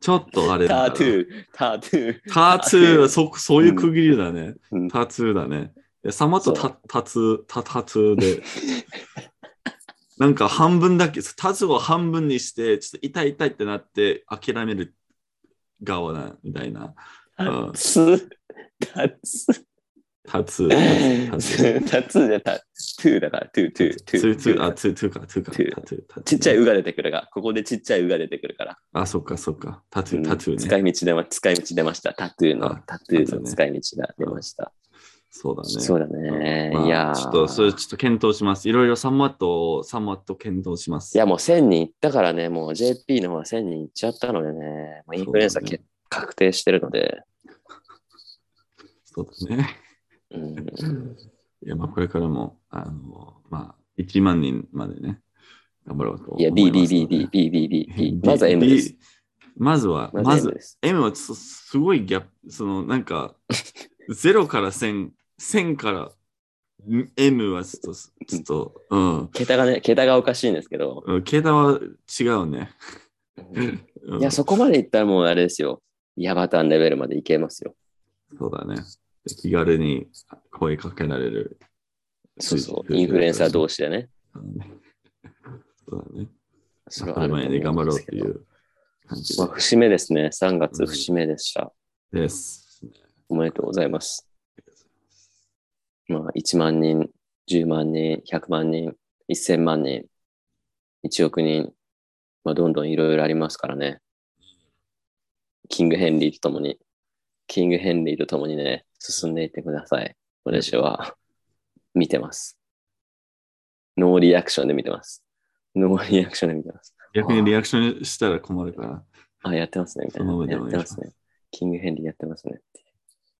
ちょっとあれだな。
タトゥー、タトゥー。
タトゥーはそ、そういう区切りだね。
うん
タトゥーだね。でサマーと
そ
タタツー、タタツー で。なんか半分だけ、タツーを半分にして、ちょっと痛い痛いってなって諦める側だみたいな。うん
つ、たつ、
タツー。タ
た
ツー
つ、たつじゃた、トゥーだから、トゥー、トゥー、ト
ツ
ゥ
ー、
ー、
ツー、あ、ツー、ツーか、ツーか、
ツー
タツー。タツー
ちっちゃい。うが出てくるが、ここでちっちゃいうが出てくるから。
あ、そっか、そっか。タツ
うん
ー、タツー
使
ね。
い道出ま、使い道出ました。タトゥーの
あ、
タトゥ
タ
ー
トゥー
の
ね
使い道が出ました。
そうだね。
そうだね。
まあ
いやー
ちょっと、それちょっと検討します。いろいろサマーと、サマーと検討します。
いや、もう1000人いったからね、もう JP の方は1000人いっちゃったのでね、もうインフルエンザ、
そうだね
確定してるので、
そうだね。
うん、
いや、まあ、これからも、あの、まあ、1万人までね、頑張ろうと思
いや、
ますので。
BBBBBBB、まず M です。
まずは、
ま
ま
ず
ず、
です。
M はすすごいギャップ、そのなんか、0から1000、1000からん M はちょっと、ちょっと、うん
桁がね、桁がおかしいんですけど。
うん。桁は違うね。うん
いや、そこまでいったらもうあれですよ。ヤバタンレベルまでいけますよ。
そうだね。気軽に声かけられる。
そうそう。インフルエンサー同士でね。
そうだね。
そ
当
れ
た
はあ
り
ると思
前で頑張
ん
ろう
です
と
け
い
ど
う感じ
まあ、節目ですね。3月節目でした。
です。
おめでとうございます。まあ、1万人、10万人、100万人、1000万人、1億人、まあ、どんどんいろいろありますからね。キングヘンリーとともに、キングヘンリーとともにね、進んでいってください。私は見てます。ノーリアクションで見てます。ノーリアクションで見てます。
逆にリアクションしたら困るから。
あ、やってますね、みた
そ
い
の
な。
上で
や
お
っ
願い
て
し
ま
ます
すね。キングヘンリーやってますねっていう。